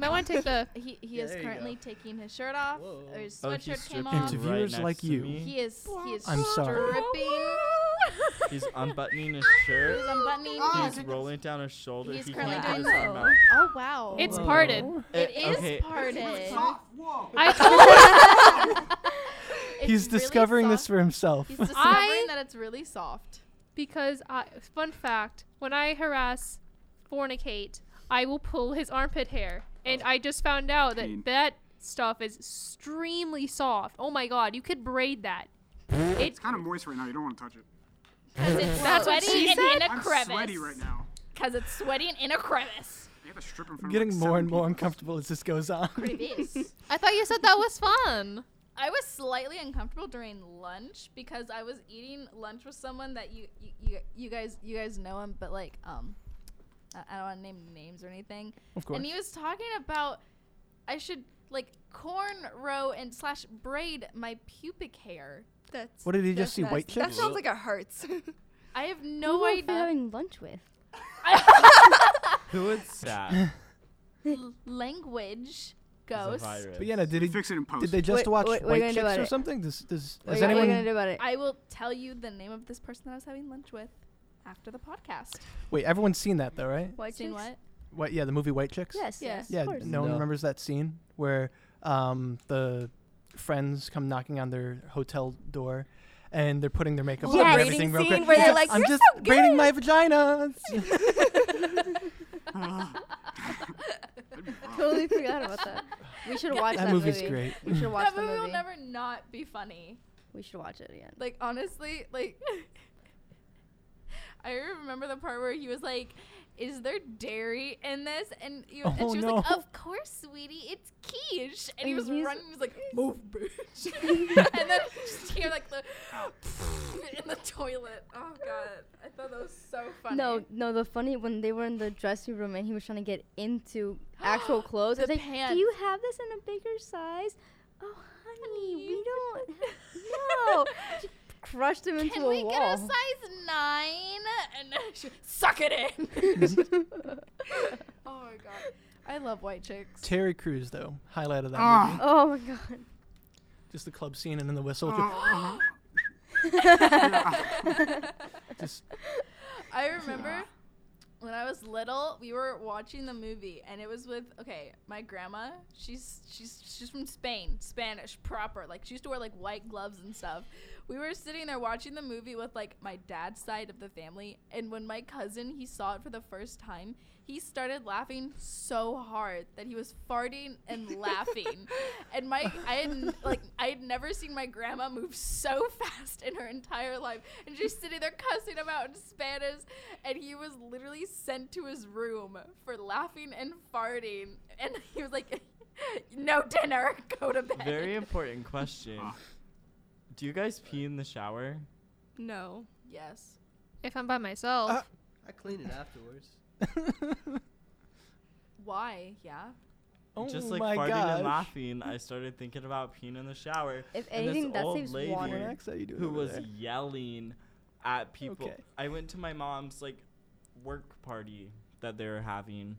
Speaker 4: Might want to take the.
Speaker 1: He he
Speaker 8: Yeah,
Speaker 1: is
Speaker 8: there you go.
Speaker 1: currently taking his shirt off.
Speaker 8: Whoa.
Speaker 1: Or his
Speaker 3: Oh,
Speaker 1: sweatshirt
Speaker 3: he's
Speaker 1: came
Speaker 3: stripping
Speaker 1: off.
Speaker 2: To viewers
Speaker 3: right
Speaker 2: like
Speaker 3: next to
Speaker 2: you.
Speaker 3: me.
Speaker 1: He is he is
Speaker 2: I'm sorry.
Speaker 1: stripping.
Speaker 3: He's unbuttoning his
Speaker 1: He
Speaker 3: shirt.
Speaker 1: was unbuttoning.
Speaker 5: Ah,
Speaker 1: his-
Speaker 3: He's rolling down his shoulder.
Speaker 1: He's
Speaker 3: he
Speaker 1: currently
Speaker 3: can't get
Speaker 1: doing
Speaker 3: his
Speaker 1: so.
Speaker 3: arm out.
Speaker 1: Oh wow.
Speaker 4: It's parted.
Speaker 1: it
Speaker 3: Eh,
Speaker 1: is
Speaker 3: okay.
Speaker 1: parted.
Speaker 5: Soft, whoa.
Speaker 4: I told
Speaker 1: It's
Speaker 2: He's
Speaker 1: really
Speaker 2: discovering this
Speaker 1: soft.
Speaker 2: for himself.
Speaker 1: He's discovering
Speaker 4: I-
Speaker 1: that it's really soft.
Speaker 4: because I, fun fact: when I harass, fornicate, I will pull his armpit hair, and I just found out that
Speaker 5: Pain.
Speaker 4: that stuff is extremely soft. Oh my god, you could braid that. It,
Speaker 5: It's kind of moist right now. You don't want to touch it.
Speaker 1: Because it's
Speaker 4: That's what
Speaker 1: sweaty
Speaker 4: she
Speaker 1: and
Speaker 4: said?
Speaker 1: in a
Speaker 5: I'm
Speaker 1: crevice.
Speaker 5: sweaty right now.
Speaker 1: Because it's sweaty and in a crevice.
Speaker 5: I got to strip in front
Speaker 2: I'm
Speaker 5: of,
Speaker 2: getting
Speaker 5: like,
Speaker 2: more
Speaker 5: seven
Speaker 2: and more
Speaker 5: people.
Speaker 2: uncomfortable as this goes on.
Speaker 1: It is.
Speaker 4: I thought you said that was fun.
Speaker 1: I was slightly uncomfortable during lunch because I was eating lunch with someone that you you, you, you guys you guys know him, but like um, I, I don't want to name names or anything.
Speaker 2: Of course.
Speaker 1: And he was talking about I should like cornrow and slash braid my pubic hair.
Speaker 7: That's
Speaker 2: What did he
Speaker 7: that's
Speaker 2: just see? White
Speaker 7: nasty. That
Speaker 2: chicks?
Speaker 7: sounds like it hurts.
Speaker 1: I have
Speaker 6: Who
Speaker 1: no
Speaker 6: are you
Speaker 1: idea.
Speaker 6: having lunch with?
Speaker 3: Who is that?
Speaker 1: L- language goes.
Speaker 2: But yeah, no, did he?
Speaker 5: Fix it in post.
Speaker 2: Did they just
Speaker 6: Wait,
Speaker 2: watch
Speaker 6: wait, what are
Speaker 2: White
Speaker 6: you gonna do
Speaker 2: Chicks
Speaker 6: about
Speaker 2: or
Speaker 6: it?
Speaker 2: something? Does does
Speaker 6: What
Speaker 2: is
Speaker 6: are you gonna
Speaker 2: anyone?
Speaker 6: do about it?
Speaker 1: I will tell you the name of this person that I was having lunch with after the podcast.
Speaker 2: Wait, everyone's seen that though, right?
Speaker 6: White
Speaker 1: Seen
Speaker 6: chicks?
Speaker 1: what?
Speaker 2: What? Yeah, the movie White Chicks.
Speaker 6: Yes.
Speaker 7: Yeah.
Speaker 6: Yes.
Speaker 2: Yeah,
Speaker 6: Of course.
Speaker 2: no one
Speaker 8: No.
Speaker 2: remembers that scene where um, the friends come knocking on their hotel door and they're putting their makeup
Speaker 6: Yes.
Speaker 2: on and
Speaker 6: Braiding
Speaker 2: everything real
Speaker 7: scene
Speaker 2: quick.
Speaker 7: where
Speaker 2: He's
Speaker 7: they're like,
Speaker 2: I'm
Speaker 7: "You're
Speaker 2: just
Speaker 7: so
Speaker 2: braiding
Speaker 7: good."
Speaker 2: my vagina.
Speaker 6: Totally forgot about that. We should watch that,
Speaker 2: that movie's
Speaker 6: movie.
Speaker 2: great.
Speaker 6: We should watch
Speaker 1: that
Speaker 6: the
Speaker 1: movie
Speaker 6: movie.
Speaker 1: will never not be funny.
Speaker 6: we should watch it again.
Speaker 1: Like honestly, like I remember the part where he was like, "Is there dairy in this?" And, you, and she
Speaker 2: Oh,
Speaker 1: was like,
Speaker 2: no.
Speaker 1: "Of course, sweetie, it's quiche." And he
Speaker 6: And
Speaker 1: was
Speaker 6: he's-
Speaker 1: running. He was like, "Move, bitch!" and then just hear like the in the toilet. Oh god, I thought that was so funny.
Speaker 6: No, no. The funny when they were in the dressing room and he was trying to get into actual clothes.
Speaker 1: The
Speaker 6: I was like,
Speaker 1: pants.
Speaker 6: "Do you have this in a bigger size?" Oh, honey, we don't. Have, no. She crushed him into
Speaker 1: Can
Speaker 6: a
Speaker 1: we
Speaker 6: wall.
Speaker 1: get a size nine? And she, suck it in. oh my god, I love white chicks.
Speaker 2: Terry Crews though, highlight of that
Speaker 5: Ah.
Speaker 2: movie.
Speaker 6: oh my god.
Speaker 2: Just the club scene and then the whistle.
Speaker 5: Oh,
Speaker 2: Just
Speaker 1: I remember when I was little, we were watching the movie, and it was with okay, my grandma. She's she's she's from Spain, Spanish proper. Like she used to wear like white gloves and stuff. We were sitting there watching the movie with like my dad's side of the family, and when my cousin he saw it for the first time, he started laughing so hard that he was farting and laughing. And my I had n- like I had never seen my grandma move so fast in her entire life. And she's sitting there cussing him out in Spanish and he was literally sent to his room for laughing and farting. And he was like no dinner, go to bed.
Speaker 3: Very important question. Do you guys pee in the shower?
Speaker 7: no.
Speaker 1: yes.
Speaker 4: If I'm by myself,
Speaker 2: Uh,
Speaker 8: I clean it afterwards.
Speaker 1: Why? Yeah.
Speaker 2: oh
Speaker 3: Just like
Speaker 2: my
Speaker 3: farting
Speaker 2: gosh.
Speaker 3: and laughing, I started thinking about peeing in the shower.
Speaker 6: If
Speaker 3: And this
Speaker 6: anything, that
Speaker 3: old
Speaker 6: saves
Speaker 3: lady
Speaker 6: water.
Speaker 2: Relax, how you doing
Speaker 3: Who
Speaker 2: over
Speaker 3: was
Speaker 2: there?
Speaker 3: yelling at people?
Speaker 2: Okay.
Speaker 3: I went to my mom's like work party that they were having,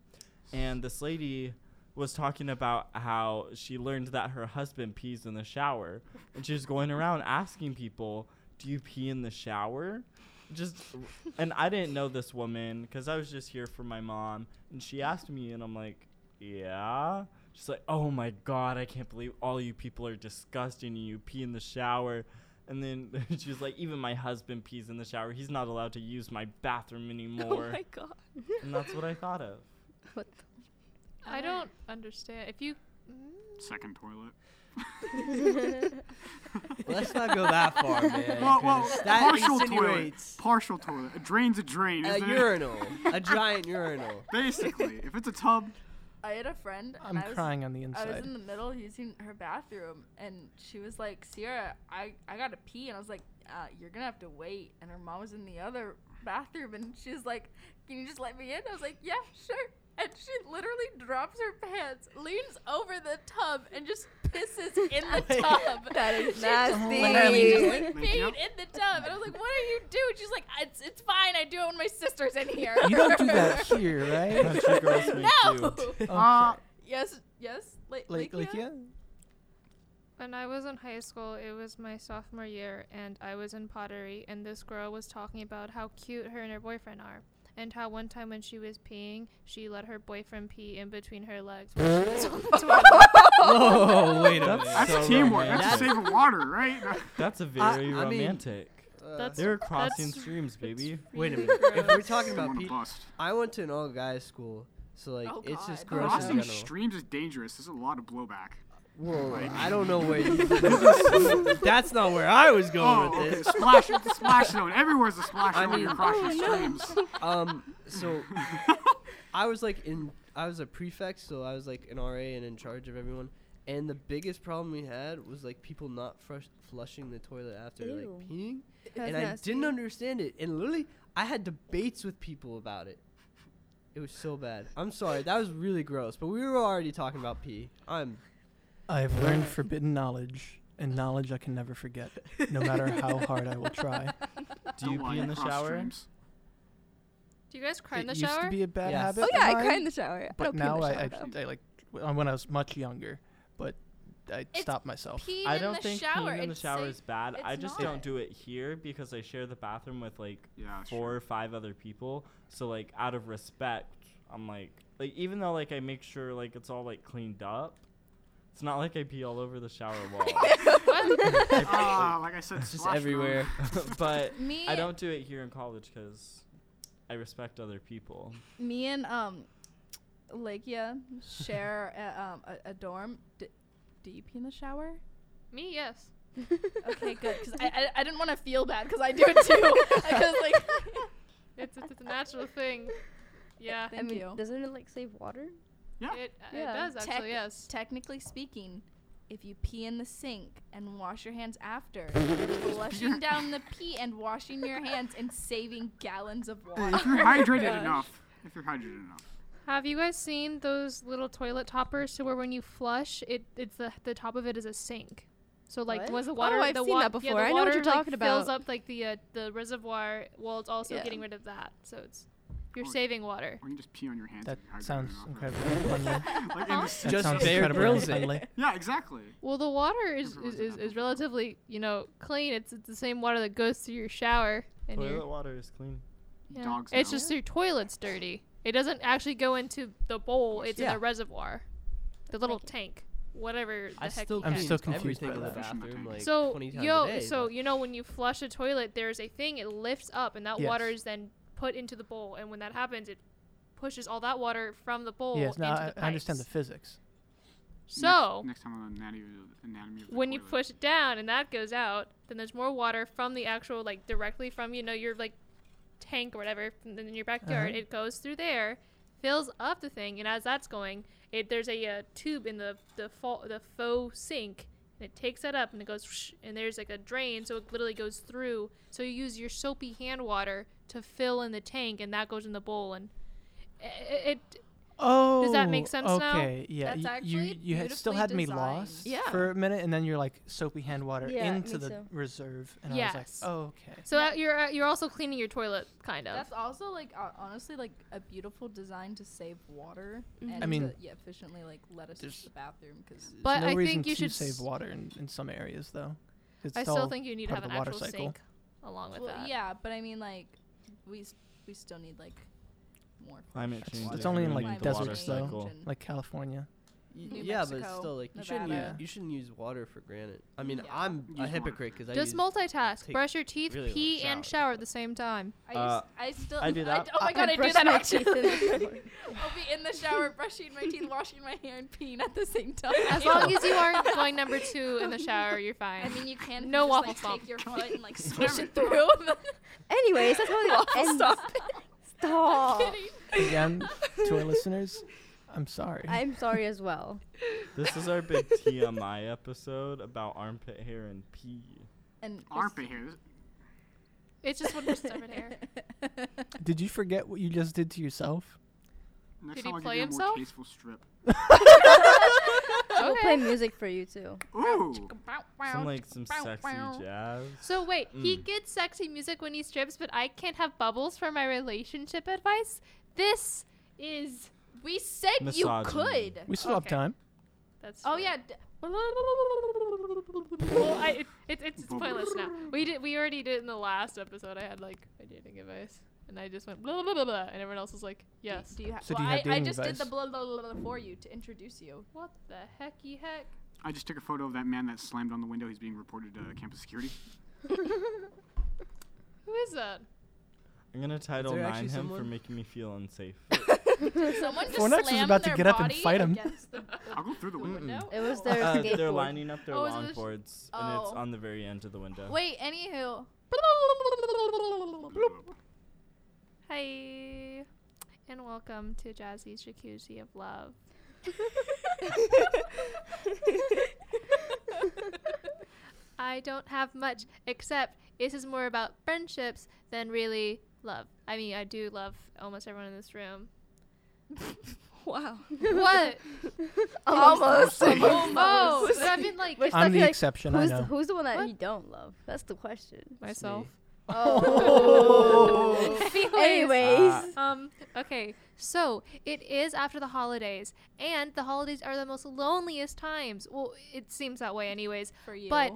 Speaker 3: and this lady was talking about how she learned that her husband pees in the shower, and she was going around asking people, "Do you pee in the shower?" Just, and I didn't know this woman because I was just here for my mom, and she asked me, and I'm like, "Yeah." She's like, "Oh my god, I can't believe all you people are disgusting. and You pee in the shower." And then she was like, "Even my husband pees in the shower. He's not allowed to use my bathroom anymore."
Speaker 7: Oh my god.
Speaker 3: and that's what I thought of.
Speaker 4: I don't understand. If you,
Speaker 5: Second toilet.
Speaker 8: Let's not go that far, man.
Speaker 5: Well, well,
Speaker 8: 'cause that
Speaker 5: partial toilet.
Speaker 8: insinuates
Speaker 5: Partial toilet. A drain's a drain,
Speaker 8: a
Speaker 5: isn't it?
Speaker 8: urinal, a giant urinal.
Speaker 5: Basically, if it's a tub,
Speaker 1: I had a friend and
Speaker 2: I'm
Speaker 1: I was
Speaker 2: crying on the
Speaker 1: I
Speaker 2: inside.
Speaker 1: was in the middle using her bathroom, and she was like, "Sierra, I I gotta pee," and I was like, uh, "You're gonna have to wait." And her mom was in the other bathroom, and she was like, "Can you just let me in?" I was like, "Yeah, sure." And she literally drops her pants, leans over the tub, and just pisses in the tub.
Speaker 7: That is
Speaker 1: She
Speaker 7: nasty.
Speaker 1: literally just like
Speaker 5: Like,
Speaker 1: peed
Speaker 5: yep.
Speaker 1: in the tub, and I was like, "What are you doing?" She's like, "It's it's fine. I do it when my sister's in here."
Speaker 2: you don't do that here, right?
Speaker 3: Country girls make
Speaker 1: no.
Speaker 3: do.
Speaker 2: Okay.
Speaker 5: uh,
Speaker 1: yes, yes. Like,
Speaker 2: Like, like, yeah.
Speaker 4: When I was in high school, it was my sophomore year, and I was in pottery, and this girl was talking about how cute her and her boyfriend are, and how one time when she was peeing, she let her boyfriend pee in between her legs. while she was on the toilet.
Speaker 8: Whoa, wait a minute.
Speaker 5: That's
Speaker 3: So
Speaker 5: teamwork. That's
Speaker 3: romantic.
Speaker 5: a save of water, right?
Speaker 3: That's a very
Speaker 8: I mean-
Speaker 3: romantic.
Speaker 8: Uh,
Speaker 4: That's-
Speaker 3: They're crossing
Speaker 4: that's-
Speaker 3: streams, baby.
Speaker 8: Wait a
Speaker 4: really
Speaker 8: minute. If we're
Speaker 4: gross.
Speaker 8: talking about
Speaker 5: Someone
Speaker 8: pe-
Speaker 5: bust.
Speaker 8: I went to an all guys school, so like
Speaker 1: Oh,
Speaker 8: it's just
Speaker 1: God.
Speaker 8: gross in
Speaker 5: Crossing
Speaker 8: general.
Speaker 5: streams is dangerous. There's a lot of blowback.
Speaker 8: Whoa,
Speaker 5: Like-
Speaker 8: I don't know where. you- That's not where I was going
Speaker 5: Oh,
Speaker 8: with
Speaker 5: okay.
Speaker 8: this.
Speaker 5: Splash, splash zone. Everywhere's a splash
Speaker 8: I
Speaker 5: zone. when
Speaker 8: mean-
Speaker 5: you're crossing streams.
Speaker 8: Um, so I was like in, I was a prefect, so I was like an RA and in charge of everyone. And the biggest problem we had was like people not frush- flushing the toilet after
Speaker 6: Ew.
Speaker 8: like peeing,
Speaker 7: That's
Speaker 8: and
Speaker 7: nasty.
Speaker 8: I didn't understand it. And literally, I had debates with people about it. It was so bad. I'm sorry, that was really gross. But we were already talking about pee. I'm
Speaker 2: I've learned forbidden knowledge, and knowledge I can never forget, no matter how hard I will try.
Speaker 3: Do you
Speaker 5: Don't lie,
Speaker 3: pee in the
Speaker 5: cross
Speaker 3: shower?
Speaker 5: streams.
Speaker 4: Do you guys cry in
Speaker 2: it
Speaker 4: the
Speaker 2: used
Speaker 4: shower?
Speaker 2: to be a bad
Speaker 8: Yes.
Speaker 2: habit.
Speaker 7: Oh yeah, I
Speaker 2: of mine,
Speaker 7: cry in the shower. I
Speaker 2: But
Speaker 7: don't pee
Speaker 2: now
Speaker 7: in
Speaker 2: I,
Speaker 7: the
Speaker 2: I,
Speaker 7: shower. though.
Speaker 2: I like w- when I was much younger, but I
Speaker 1: It's
Speaker 2: stopped myself.
Speaker 1: Peeing
Speaker 3: I don't
Speaker 1: in the
Speaker 3: think
Speaker 1: shower.
Speaker 3: peeing in the
Speaker 1: it's
Speaker 3: shower
Speaker 1: safe.
Speaker 3: is bad. I
Speaker 1: it's
Speaker 3: just
Speaker 1: not.
Speaker 3: don't do it here because I share the bathroom with like
Speaker 5: Yeah, sure.
Speaker 3: four or five other people. So like out of respect, I'm like like even though like I make sure like it's all like cleaned up, it's not like I pee all over the shower wall.
Speaker 5: Ah, like I said,
Speaker 8: it's just
Speaker 5: splash zone.
Speaker 8: everywhere.
Speaker 3: but
Speaker 1: Me,
Speaker 3: I don't do it here in college because I respect other people.
Speaker 1: me and um, Lakia share a, um, a, a dorm. D- do you pee in the shower?
Speaker 4: Me, yes.
Speaker 1: Okay, good. Because I, I, I didn't want to feel bad because I do it too. Because like,
Speaker 4: It's, it's, it's a natural thing. Yeah.
Speaker 1: thank
Speaker 6: I mean,
Speaker 1: you.
Speaker 6: Doesn't it like save water?
Speaker 5: Yeah.
Speaker 4: It,
Speaker 6: Yeah.
Speaker 4: it does actually,
Speaker 1: Tech-
Speaker 4: yes.
Speaker 1: Technically speaking, if you pee in the sink and wash your hands after, you're flushing down the pee and washing your hands and saving gallons of
Speaker 5: If
Speaker 1: water.
Speaker 5: you're hydrated
Speaker 4: Gosh.
Speaker 5: enough. If you're hydrated enough.
Speaker 4: Have you guys seen those little toilet toppers to where when you flush, it it's the the top of it is a sink. So like
Speaker 6: What?
Speaker 4: was the water
Speaker 7: I've
Speaker 4: the
Speaker 7: seen that
Speaker 4: wa-
Speaker 7: before.
Speaker 4: Yeah, the
Speaker 7: I know what
Speaker 4: water,
Speaker 7: you're
Speaker 4: like,
Speaker 7: talking
Speaker 4: Fills
Speaker 7: about.
Speaker 4: up like the uh, the reservoir while it's also
Speaker 7: Yeah.
Speaker 4: getting rid of that. So it's you're
Speaker 5: Oh.
Speaker 4: saving water.
Speaker 5: Or you can just pee on your hands.
Speaker 2: That
Speaker 5: if you're hydrated
Speaker 2: sounds
Speaker 5: enough.
Speaker 2: incredibly unli-
Speaker 5: Like in the
Speaker 2: That
Speaker 8: Just
Speaker 2: sounds
Speaker 8: Bear
Speaker 2: incredibly
Speaker 8: Grylls it.
Speaker 2: unfriendly.
Speaker 5: Yeah, exactly.
Speaker 4: Well, the water is is,
Speaker 5: Everyone's done
Speaker 4: is,
Speaker 5: that
Speaker 4: is
Speaker 5: before.
Speaker 4: relatively you know clean. It's, it's the same water that goes through your shower and your
Speaker 3: Toilet water is clean.
Speaker 4: yeah.
Speaker 5: Dogs
Speaker 4: It's
Speaker 5: know.
Speaker 4: just your toilet's dirty. It doesn't actually go into the bowl. It's in
Speaker 8: Yeah.
Speaker 4: the reservoir, the little tank, whatever the
Speaker 8: I
Speaker 4: heck.
Speaker 8: still
Speaker 4: you
Speaker 2: I'm
Speaker 4: have.
Speaker 2: still
Speaker 8: clean
Speaker 2: confused by
Speaker 8: everything in the
Speaker 2: that.
Speaker 8: bathroom like
Speaker 4: so
Speaker 8: 20 times
Speaker 4: yo,
Speaker 8: a day.
Speaker 4: so you know when you flush a toilet, there's a thing it lifts up, and that
Speaker 2: Yes.
Speaker 4: water is then put into the bowl, and when that happens, it pushes all that water from the bowl
Speaker 2: Yes,
Speaker 4: into
Speaker 2: now
Speaker 4: the
Speaker 2: I,
Speaker 4: pipes.
Speaker 2: I understand the physics.
Speaker 4: so
Speaker 5: next, next time on anatomy, anatomy of the
Speaker 4: when you
Speaker 5: toilet.
Speaker 4: push it down and that goes out, then there's more water from the actual like directly from you know your like tank or whatever from in your backyard.
Speaker 2: Uh-huh.
Speaker 4: It goes through there, fills up the thing, and as that's going, it there's a uh, tube in the the fo- the faux sink, and it takes that up and it goes whoosh, and there's like a drain, so it literally goes through. So you use your soapy hand water to fill in the tank, and that goes in the bowl and. i- i- It,
Speaker 2: Oh,
Speaker 4: that make sense now?
Speaker 2: Okay, yeah,
Speaker 1: That's
Speaker 2: y- you
Speaker 1: actually
Speaker 2: you had still
Speaker 1: beautifully
Speaker 2: had me
Speaker 1: designed.
Speaker 2: lost
Speaker 7: Yeah.
Speaker 2: for a minute, and then you're like soapy hand water
Speaker 6: Yeah,
Speaker 2: into
Speaker 6: me
Speaker 2: the
Speaker 6: too.
Speaker 2: reserve, and I was
Speaker 4: Yes.
Speaker 2: like, oh, okay.
Speaker 4: so uh, you're uh, you're also cleaning your toilet, kind of.
Speaker 1: That's also like uh, honestly like a beautiful design to save water and
Speaker 2: I mean,
Speaker 1: to yeah, efficiently like let us use
Speaker 2: there's-
Speaker 1: the bathroom because
Speaker 2: There's
Speaker 4: But
Speaker 2: no
Speaker 4: I
Speaker 2: reason
Speaker 4: think you
Speaker 2: to
Speaker 4: should
Speaker 2: save
Speaker 4: s-
Speaker 2: water in, in some areas, though. It's
Speaker 4: I still
Speaker 2: all-
Speaker 4: think you need to
Speaker 2: part of
Speaker 4: have an
Speaker 2: the water
Speaker 4: actual
Speaker 2: cycle.
Speaker 4: sink along with
Speaker 1: well,
Speaker 4: that.
Speaker 1: yeah, but I mean like we s- we still need like more.
Speaker 3: Climate
Speaker 2: It's-
Speaker 3: change.
Speaker 2: it's
Speaker 3: is
Speaker 2: only in,
Speaker 3: gonna
Speaker 2: like,
Speaker 3: need the
Speaker 1: climate
Speaker 3: water
Speaker 2: deserts, though.
Speaker 1: change
Speaker 3: cycle.
Speaker 1: and-
Speaker 2: like California.
Speaker 8: Y-
Speaker 1: New
Speaker 8: yeah, but it's
Speaker 1: Mexico,
Speaker 8: still like you shouldn't
Speaker 1: Nevada.
Speaker 8: use, you shouldn't use water for granted. I mean,
Speaker 1: Yeah.
Speaker 8: I'm
Speaker 5: Use
Speaker 8: a
Speaker 5: water.
Speaker 8: hypocrite because I
Speaker 4: Just
Speaker 8: use
Speaker 4: multitask.
Speaker 8: take
Speaker 4: Brush your teeth,
Speaker 8: really long
Speaker 4: pee, and
Speaker 8: showers.
Speaker 4: shower at the same time.
Speaker 1: I,
Speaker 3: Uh,
Speaker 1: used, I still
Speaker 3: I do that.
Speaker 1: oh my god, I, do
Speaker 6: brush
Speaker 1: that
Speaker 6: my teeth in the
Speaker 1: actually.
Speaker 6: shower.
Speaker 1: I'll be in the shower brushing my teeth, washing my hair, and peeing at the same time.
Speaker 4: As long as you aren't going number two in the shower, you're fine.
Speaker 1: I mean, you can if
Speaker 4: No
Speaker 1: you just, like,
Speaker 4: waffle
Speaker 1: take your foot and like swish
Speaker 5: Never
Speaker 1: it through.
Speaker 6: Anyways, that's how they end. Stop. Stop.
Speaker 2: Again, to our listeners, I'm sorry.
Speaker 6: I'm sorry as well.
Speaker 3: This is our big TMI episode about armpit hair and pee.
Speaker 1: and
Speaker 5: Armpit hair. This-
Speaker 4: it's just one of stubborn hair.
Speaker 2: Did you forget what you just did to yourself?
Speaker 4: Did
Speaker 5: Next
Speaker 4: he
Speaker 5: time I'll
Speaker 4: play
Speaker 5: give you a
Speaker 4: himself?
Speaker 5: more tasteful strip.
Speaker 6: We'll play music for you too.
Speaker 5: Ooh.
Speaker 3: Some like some sexy jazz.
Speaker 4: So wait, he
Speaker 3: Mm.
Speaker 4: gets sexy music when he strips, but I can't have bubbles for my relationship advice. This is
Speaker 1: We said
Speaker 3: Misogyny.
Speaker 1: you could.
Speaker 2: We still have
Speaker 4: Okay.
Speaker 2: time.
Speaker 4: That's
Speaker 1: Oh
Speaker 4: fair.
Speaker 1: yeah. d-
Speaker 4: well, I, it, it, it's, it's pointless now. We did. We already did it in the last episode. I had like my dating advice, and I just went blah blah blah blah, and everyone else was like, yes.
Speaker 1: Do you ha-
Speaker 2: So do
Speaker 1: well,
Speaker 2: you have
Speaker 1: I, I
Speaker 2: dating
Speaker 1: just did the
Speaker 2: advice?
Speaker 1: blah, blah blah blah for you to introduce you.
Speaker 4: What the hecky heck?
Speaker 5: I just took a photo of that man that slammed on the window. He's being reported to campus security.
Speaker 4: Who is that?
Speaker 3: I'm gonna title
Speaker 8: there
Speaker 3: nine
Speaker 8: actually
Speaker 3: him for
Speaker 8: someone?
Speaker 3: making me feel unsafe.
Speaker 1: Someone just
Speaker 2: Fornax was
Speaker 1: slammed
Speaker 2: about to
Speaker 1: their
Speaker 2: get up and
Speaker 1: body
Speaker 2: fight him.
Speaker 1: against the-
Speaker 5: I'll go through the window.
Speaker 3: Mm-mm.
Speaker 1: no?
Speaker 6: It was
Speaker 1: Oh.
Speaker 6: their
Speaker 3: Uh,
Speaker 6: skateboard.
Speaker 3: they're lining up their
Speaker 4: Oh, is it
Speaker 3: longboards,
Speaker 4: this-
Speaker 3: and it's
Speaker 1: Oh.
Speaker 3: on the very end of the window.
Speaker 1: Wait. Anywho.
Speaker 4: Hi, and welcome to Jazzy's Jacuzzi of Love. I don't have much, except this is more about friendships than really love. I mean, I do love almost everyone in this room.
Speaker 7: Wow.
Speaker 4: what?
Speaker 6: Almost.
Speaker 4: Oh,
Speaker 6: Who's-
Speaker 4: but I've been like
Speaker 6: We're
Speaker 2: I'm
Speaker 6: stuck
Speaker 2: the
Speaker 6: here, like,
Speaker 2: exception. I
Speaker 6: Who's,
Speaker 2: know.
Speaker 6: who's the one that
Speaker 4: What?
Speaker 6: you don't love? That's the question.
Speaker 4: myself.
Speaker 6: Oh.
Speaker 4: Anyways.
Speaker 6: Anyways,
Speaker 2: Ah.
Speaker 4: Um, okay, so it is after the holidays, and the holidays are the most loneliest times. Well, it seems that way, anyways.
Speaker 1: For you.
Speaker 4: But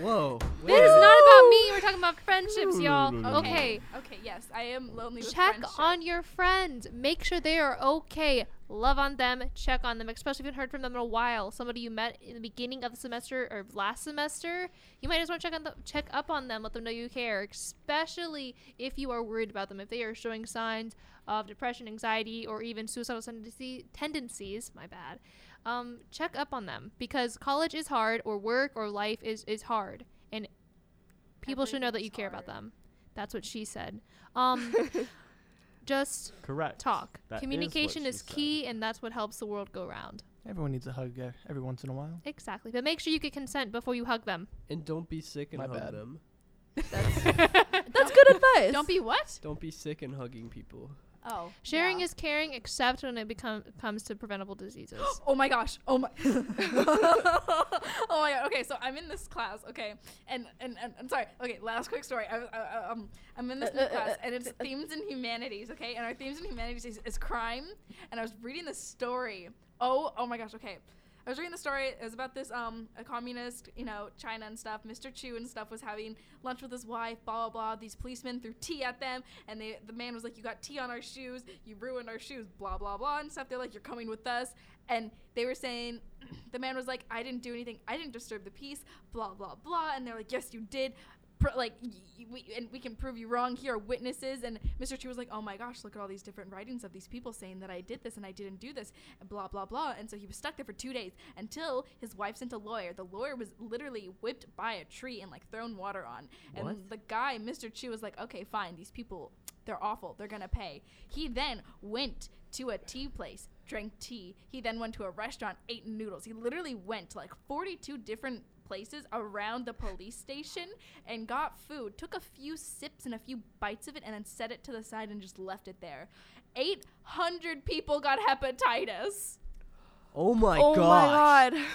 Speaker 8: Whoa.
Speaker 4: this is not about me, we're talking about friendships, y'all. Okay,
Speaker 1: Okay. Yes, I am lonely. With
Speaker 4: check
Speaker 1: friendship.
Speaker 4: on your friends, make sure they are okay, love on them, check on them, especially if you haven't heard from them in a while. Somebody you met in the beginning of the semester or last semester, you might just want to check, on the, check up on them, let them know you care, especially if you are worried about them, if they are showing signs of depression, anxiety, or even suicidal tendency, tendencies, my bad, um, check up on them because college is hard, or work or life is, is hard. And people should know that
Speaker 1: Everything's
Speaker 4: you care about
Speaker 1: hard.
Speaker 4: them. That's what she said. Um, just
Speaker 3: Correct.
Speaker 4: talk.
Speaker 3: That is what
Speaker 4: Communication
Speaker 3: she
Speaker 4: is,
Speaker 3: said.
Speaker 4: key, and that's what helps the world go round.
Speaker 2: Everyone needs a hug uh, every once in a while.
Speaker 4: Exactly. But make sure you get consent before you hug them.
Speaker 8: And don't be sick and
Speaker 2: My
Speaker 8: hug
Speaker 2: bad.
Speaker 8: them.
Speaker 7: That's good advice.
Speaker 1: Don't be what?
Speaker 8: Don't be sick and hugging people.
Speaker 1: Oh.
Speaker 4: Sharing
Speaker 1: yeah.
Speaker 4: is caring, except when it become, comes to preventable diseases.
Speaker 1: Oh my gosh. Oh my. oh my god. Okay, so I'm in this class. Okay, and and, and I'm sorry. Okay, last quick story. I, was- I, I um I'm in this new
Speaker 6: Uh, uh,
Speaker 1: class,
Speaker 6: uh,
Speaker 1: and it's themes in humanities. Okay, and our themes in humanities is, is crime. And I was reading this story. Oh oh my gosh. Okay. I was reading the story. It was about this um a communist, you know, China and stuff. Mr. Chu and stuff was having lunch with his wife. Blah blah blah. These policemen threw tea at them, and they the man was like, "You got tea on our shoes. You ruined our shoes." Blah blah blah and stuff. They're like, "You're coming with us." And they were saying, the man was like, "I didn't do anything. I didn't disturb the peace." Blah blah blah. And they're like, "Yes, you did." Pr- like y- y- we, and we can prove you wrong here are witnesses and mr chu was like oh my gosh look at all these different writings of these people saying that i did this and i didn't do this and blah blah blah and so he was stuck there for two days until his wife sent a lawyer the lawyer was literally whipped by a tree and like thrown water on and the guy mr chu was like okay fine these people they're awful they're gonna pay he then went to a tea place drank tea he then went to a restaurant ate noodles he literally went to like 42 different places around the police station and got food, took a few sips and a few bites of it, and then set it to the side and just left it there. 800 people got hepatitis.
Speaker 8: Oh my
Speaker 7: oh
Speaker 8: gosh.
Speaker 7: my god.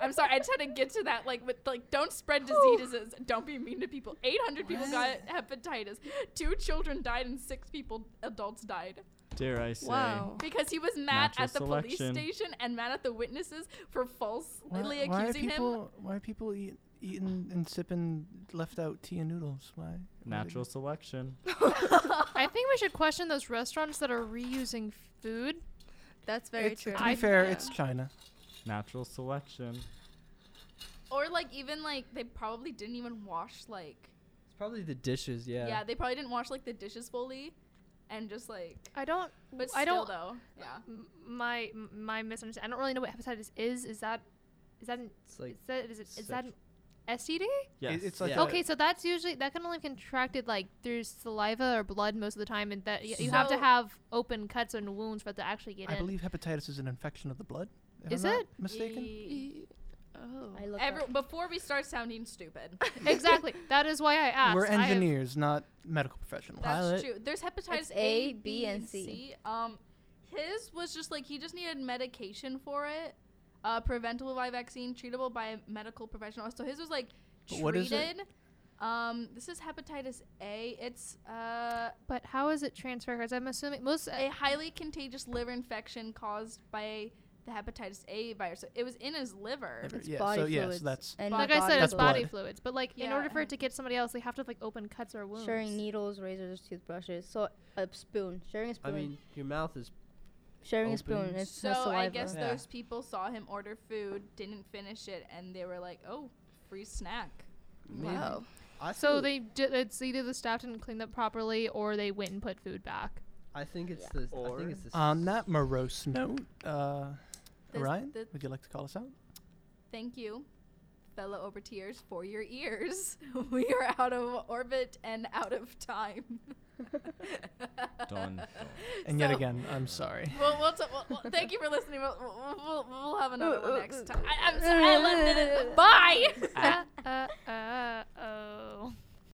Speaker 1: I'm sorry, I just had to get to that. Like, with like, don't spread diseases. Don't be mean to people. 800 people got hepatitis. Two children died and six people, adults died
Speaker 3: Dare I say?
Speaker 7: Wow.
Speaker 1: because he was mad
Speaker 3: Natural
Speaker 1: at the
Speaker 3: selection.
Speaker 1: police station and mad at the witnesses for falsely
Speaker 2: Why, why are
Speaker 1: accusing him.
Speaker 2: people why are people eat, eating and sipping left out tea and noodles? Why? why do
Speaker 3: Natural selection.
Speaker 4: I think we should question those restaurants that are reusing food.
Speaker 7: That's
Speaker 2: they-
Speaker 7: very
Speaker 2: it's, uh,
Speaker 7: true.
Speaker 2: To be
Speaker 4: I-
Speaker 2: fair,
Speaker 7: yeah.
Speaker 2: it's China.
Speaker 3: Natural selection.
Speaker 1: Or, like, even like, they probably didn't even wash, like,
Speaker 8: It's probably the dishes, yeah.
Speaker 1: Yeah. they probably didn't wash like the dishes fully, and just like.
Speaker 4: I don't.
Speaker 1: But
Speaker 4: I
Speaker 1: still
Speaker 4: don't.
Speaker 1: though. Yeah.
Speaker 4: m- My m- my misunderstanding. I don't really know what hepatitis is. Is that is that an,
Speaker 8: It's like
Speaker 4: is that is it is that
Speaker 8: sexu-
Speaker 4: an STD?
Speaker 3: Yes.
Speaker 2: it's like
Speaker 3: yeah.
Speaker 2: a-
Speaker 4: Okay, so that's usually that can only be contracted like through saliva or blood most of the time, and that y- you have to
Speaker 1: So-
Speaker 4: have open cuts and wounds for it to actually get
Speaker 2: I
Speaker 4: in.
Speaker 2: believe hepatitis is an infection of the blood. If
Speaker 4: Is
Speaker 2: I'm not
Speaker 4: it?
Speaker 2: mistaken?
Speaker 1: E-
Speaker 7: oh.
Speaker 6: I looked
Speaker 1: Every,
Speaker 6: up.
Speaker 1: before we start sounding stupid,
Speaker 4: exactly. That is why I asked.
Speaker 2: We're
Speaker 4: I have-
Speaker 2: engineers, not medical professionals.
Speaker 1: that's
Speaker 8: Pilot.
Speaker 1: true. There's hepatitis
Speaker 6: It's
Speaker 1: A, B,
Speaker 6: A, B, and C.
Speaker 1: Um, his was just like he just needed medication for it, uh, preventable by vaccine, treatable by a medical professional. So his was like
Speaker 2: But
Speaker 1: treated.
Speaker 2: what is it?
Speaker 1: Um, this is hepatitis A. It's uh,
Speaker 4: But how is it transfer? Because I'm assuming most.
Speaker 1: a highly contagious liver infection caused by the hepatitis A virus. So it was in his liver.
Speaker 2: Liver.
Speaker 6: It's
Speaker 2: Yeah,
Speaker 6: body
Speaker 2: so yeah, so
Speaker 6: fluids.
Speaker 2: that's-
Speaker 6: and
Speaker 4: like
Speaker 6: body
Speaker 4: I said, it's
Speaker 2: That's
Speaker 4: body
Speaker 2: blood.
Speaker 4: fluids. But like, in
Speaker 1: Yeah.
Speaker 4: order for it to get somebody else, they have to have like open cuts or wounds.
Speaker 6: Sharing needles, razors, toothbrushes. So a spoon. Sharing a
Speaker 8: I
Speaker 6: spoon.
Speaker 8: mean, your mouth is
Speaker 6: sharing a spoon.
Speaker 8: open.
Speaker 6: It's
Speaker 1: So
Speaker 6: has saliva.
Speaker 1: I guess
Speaker 2: Yeah.
Speaker 1: those people saw him order food, didn't finish it, and they were like, "Oh, free snack."
Speaker 8: maybe. I
Speaker 4: So
Speaker 8: feel-
Speaker 4: they did, it's either the staff didn't clean up properly, or they went and put food back.
Speaker 8: I think it's the. I
Speaker 3: Or- Um,
Speaker 8: think it's the.
Speaker 2: On that morose note, uh,
Speaker 1: This-
Speaker 2: Ryan,
Speaker 1: the-
Speaker 2: would you like to call us out?
Speaker 1: Thank you, fellow overteers, for your ears. we are out of orbit and out of time.
Speaker 3: Done.
Speaker 2: And yet
Speaker 1: So-
Speaker 2: again, I'm sorry.
Speaker 1: Well, we'll, t- we'll, we'll thank you for listening. We'll, we'll, we'll, we'll have another one next time. I, I'm sorry. I left it. Bye.
Speaker 4: Uh, oh. uh,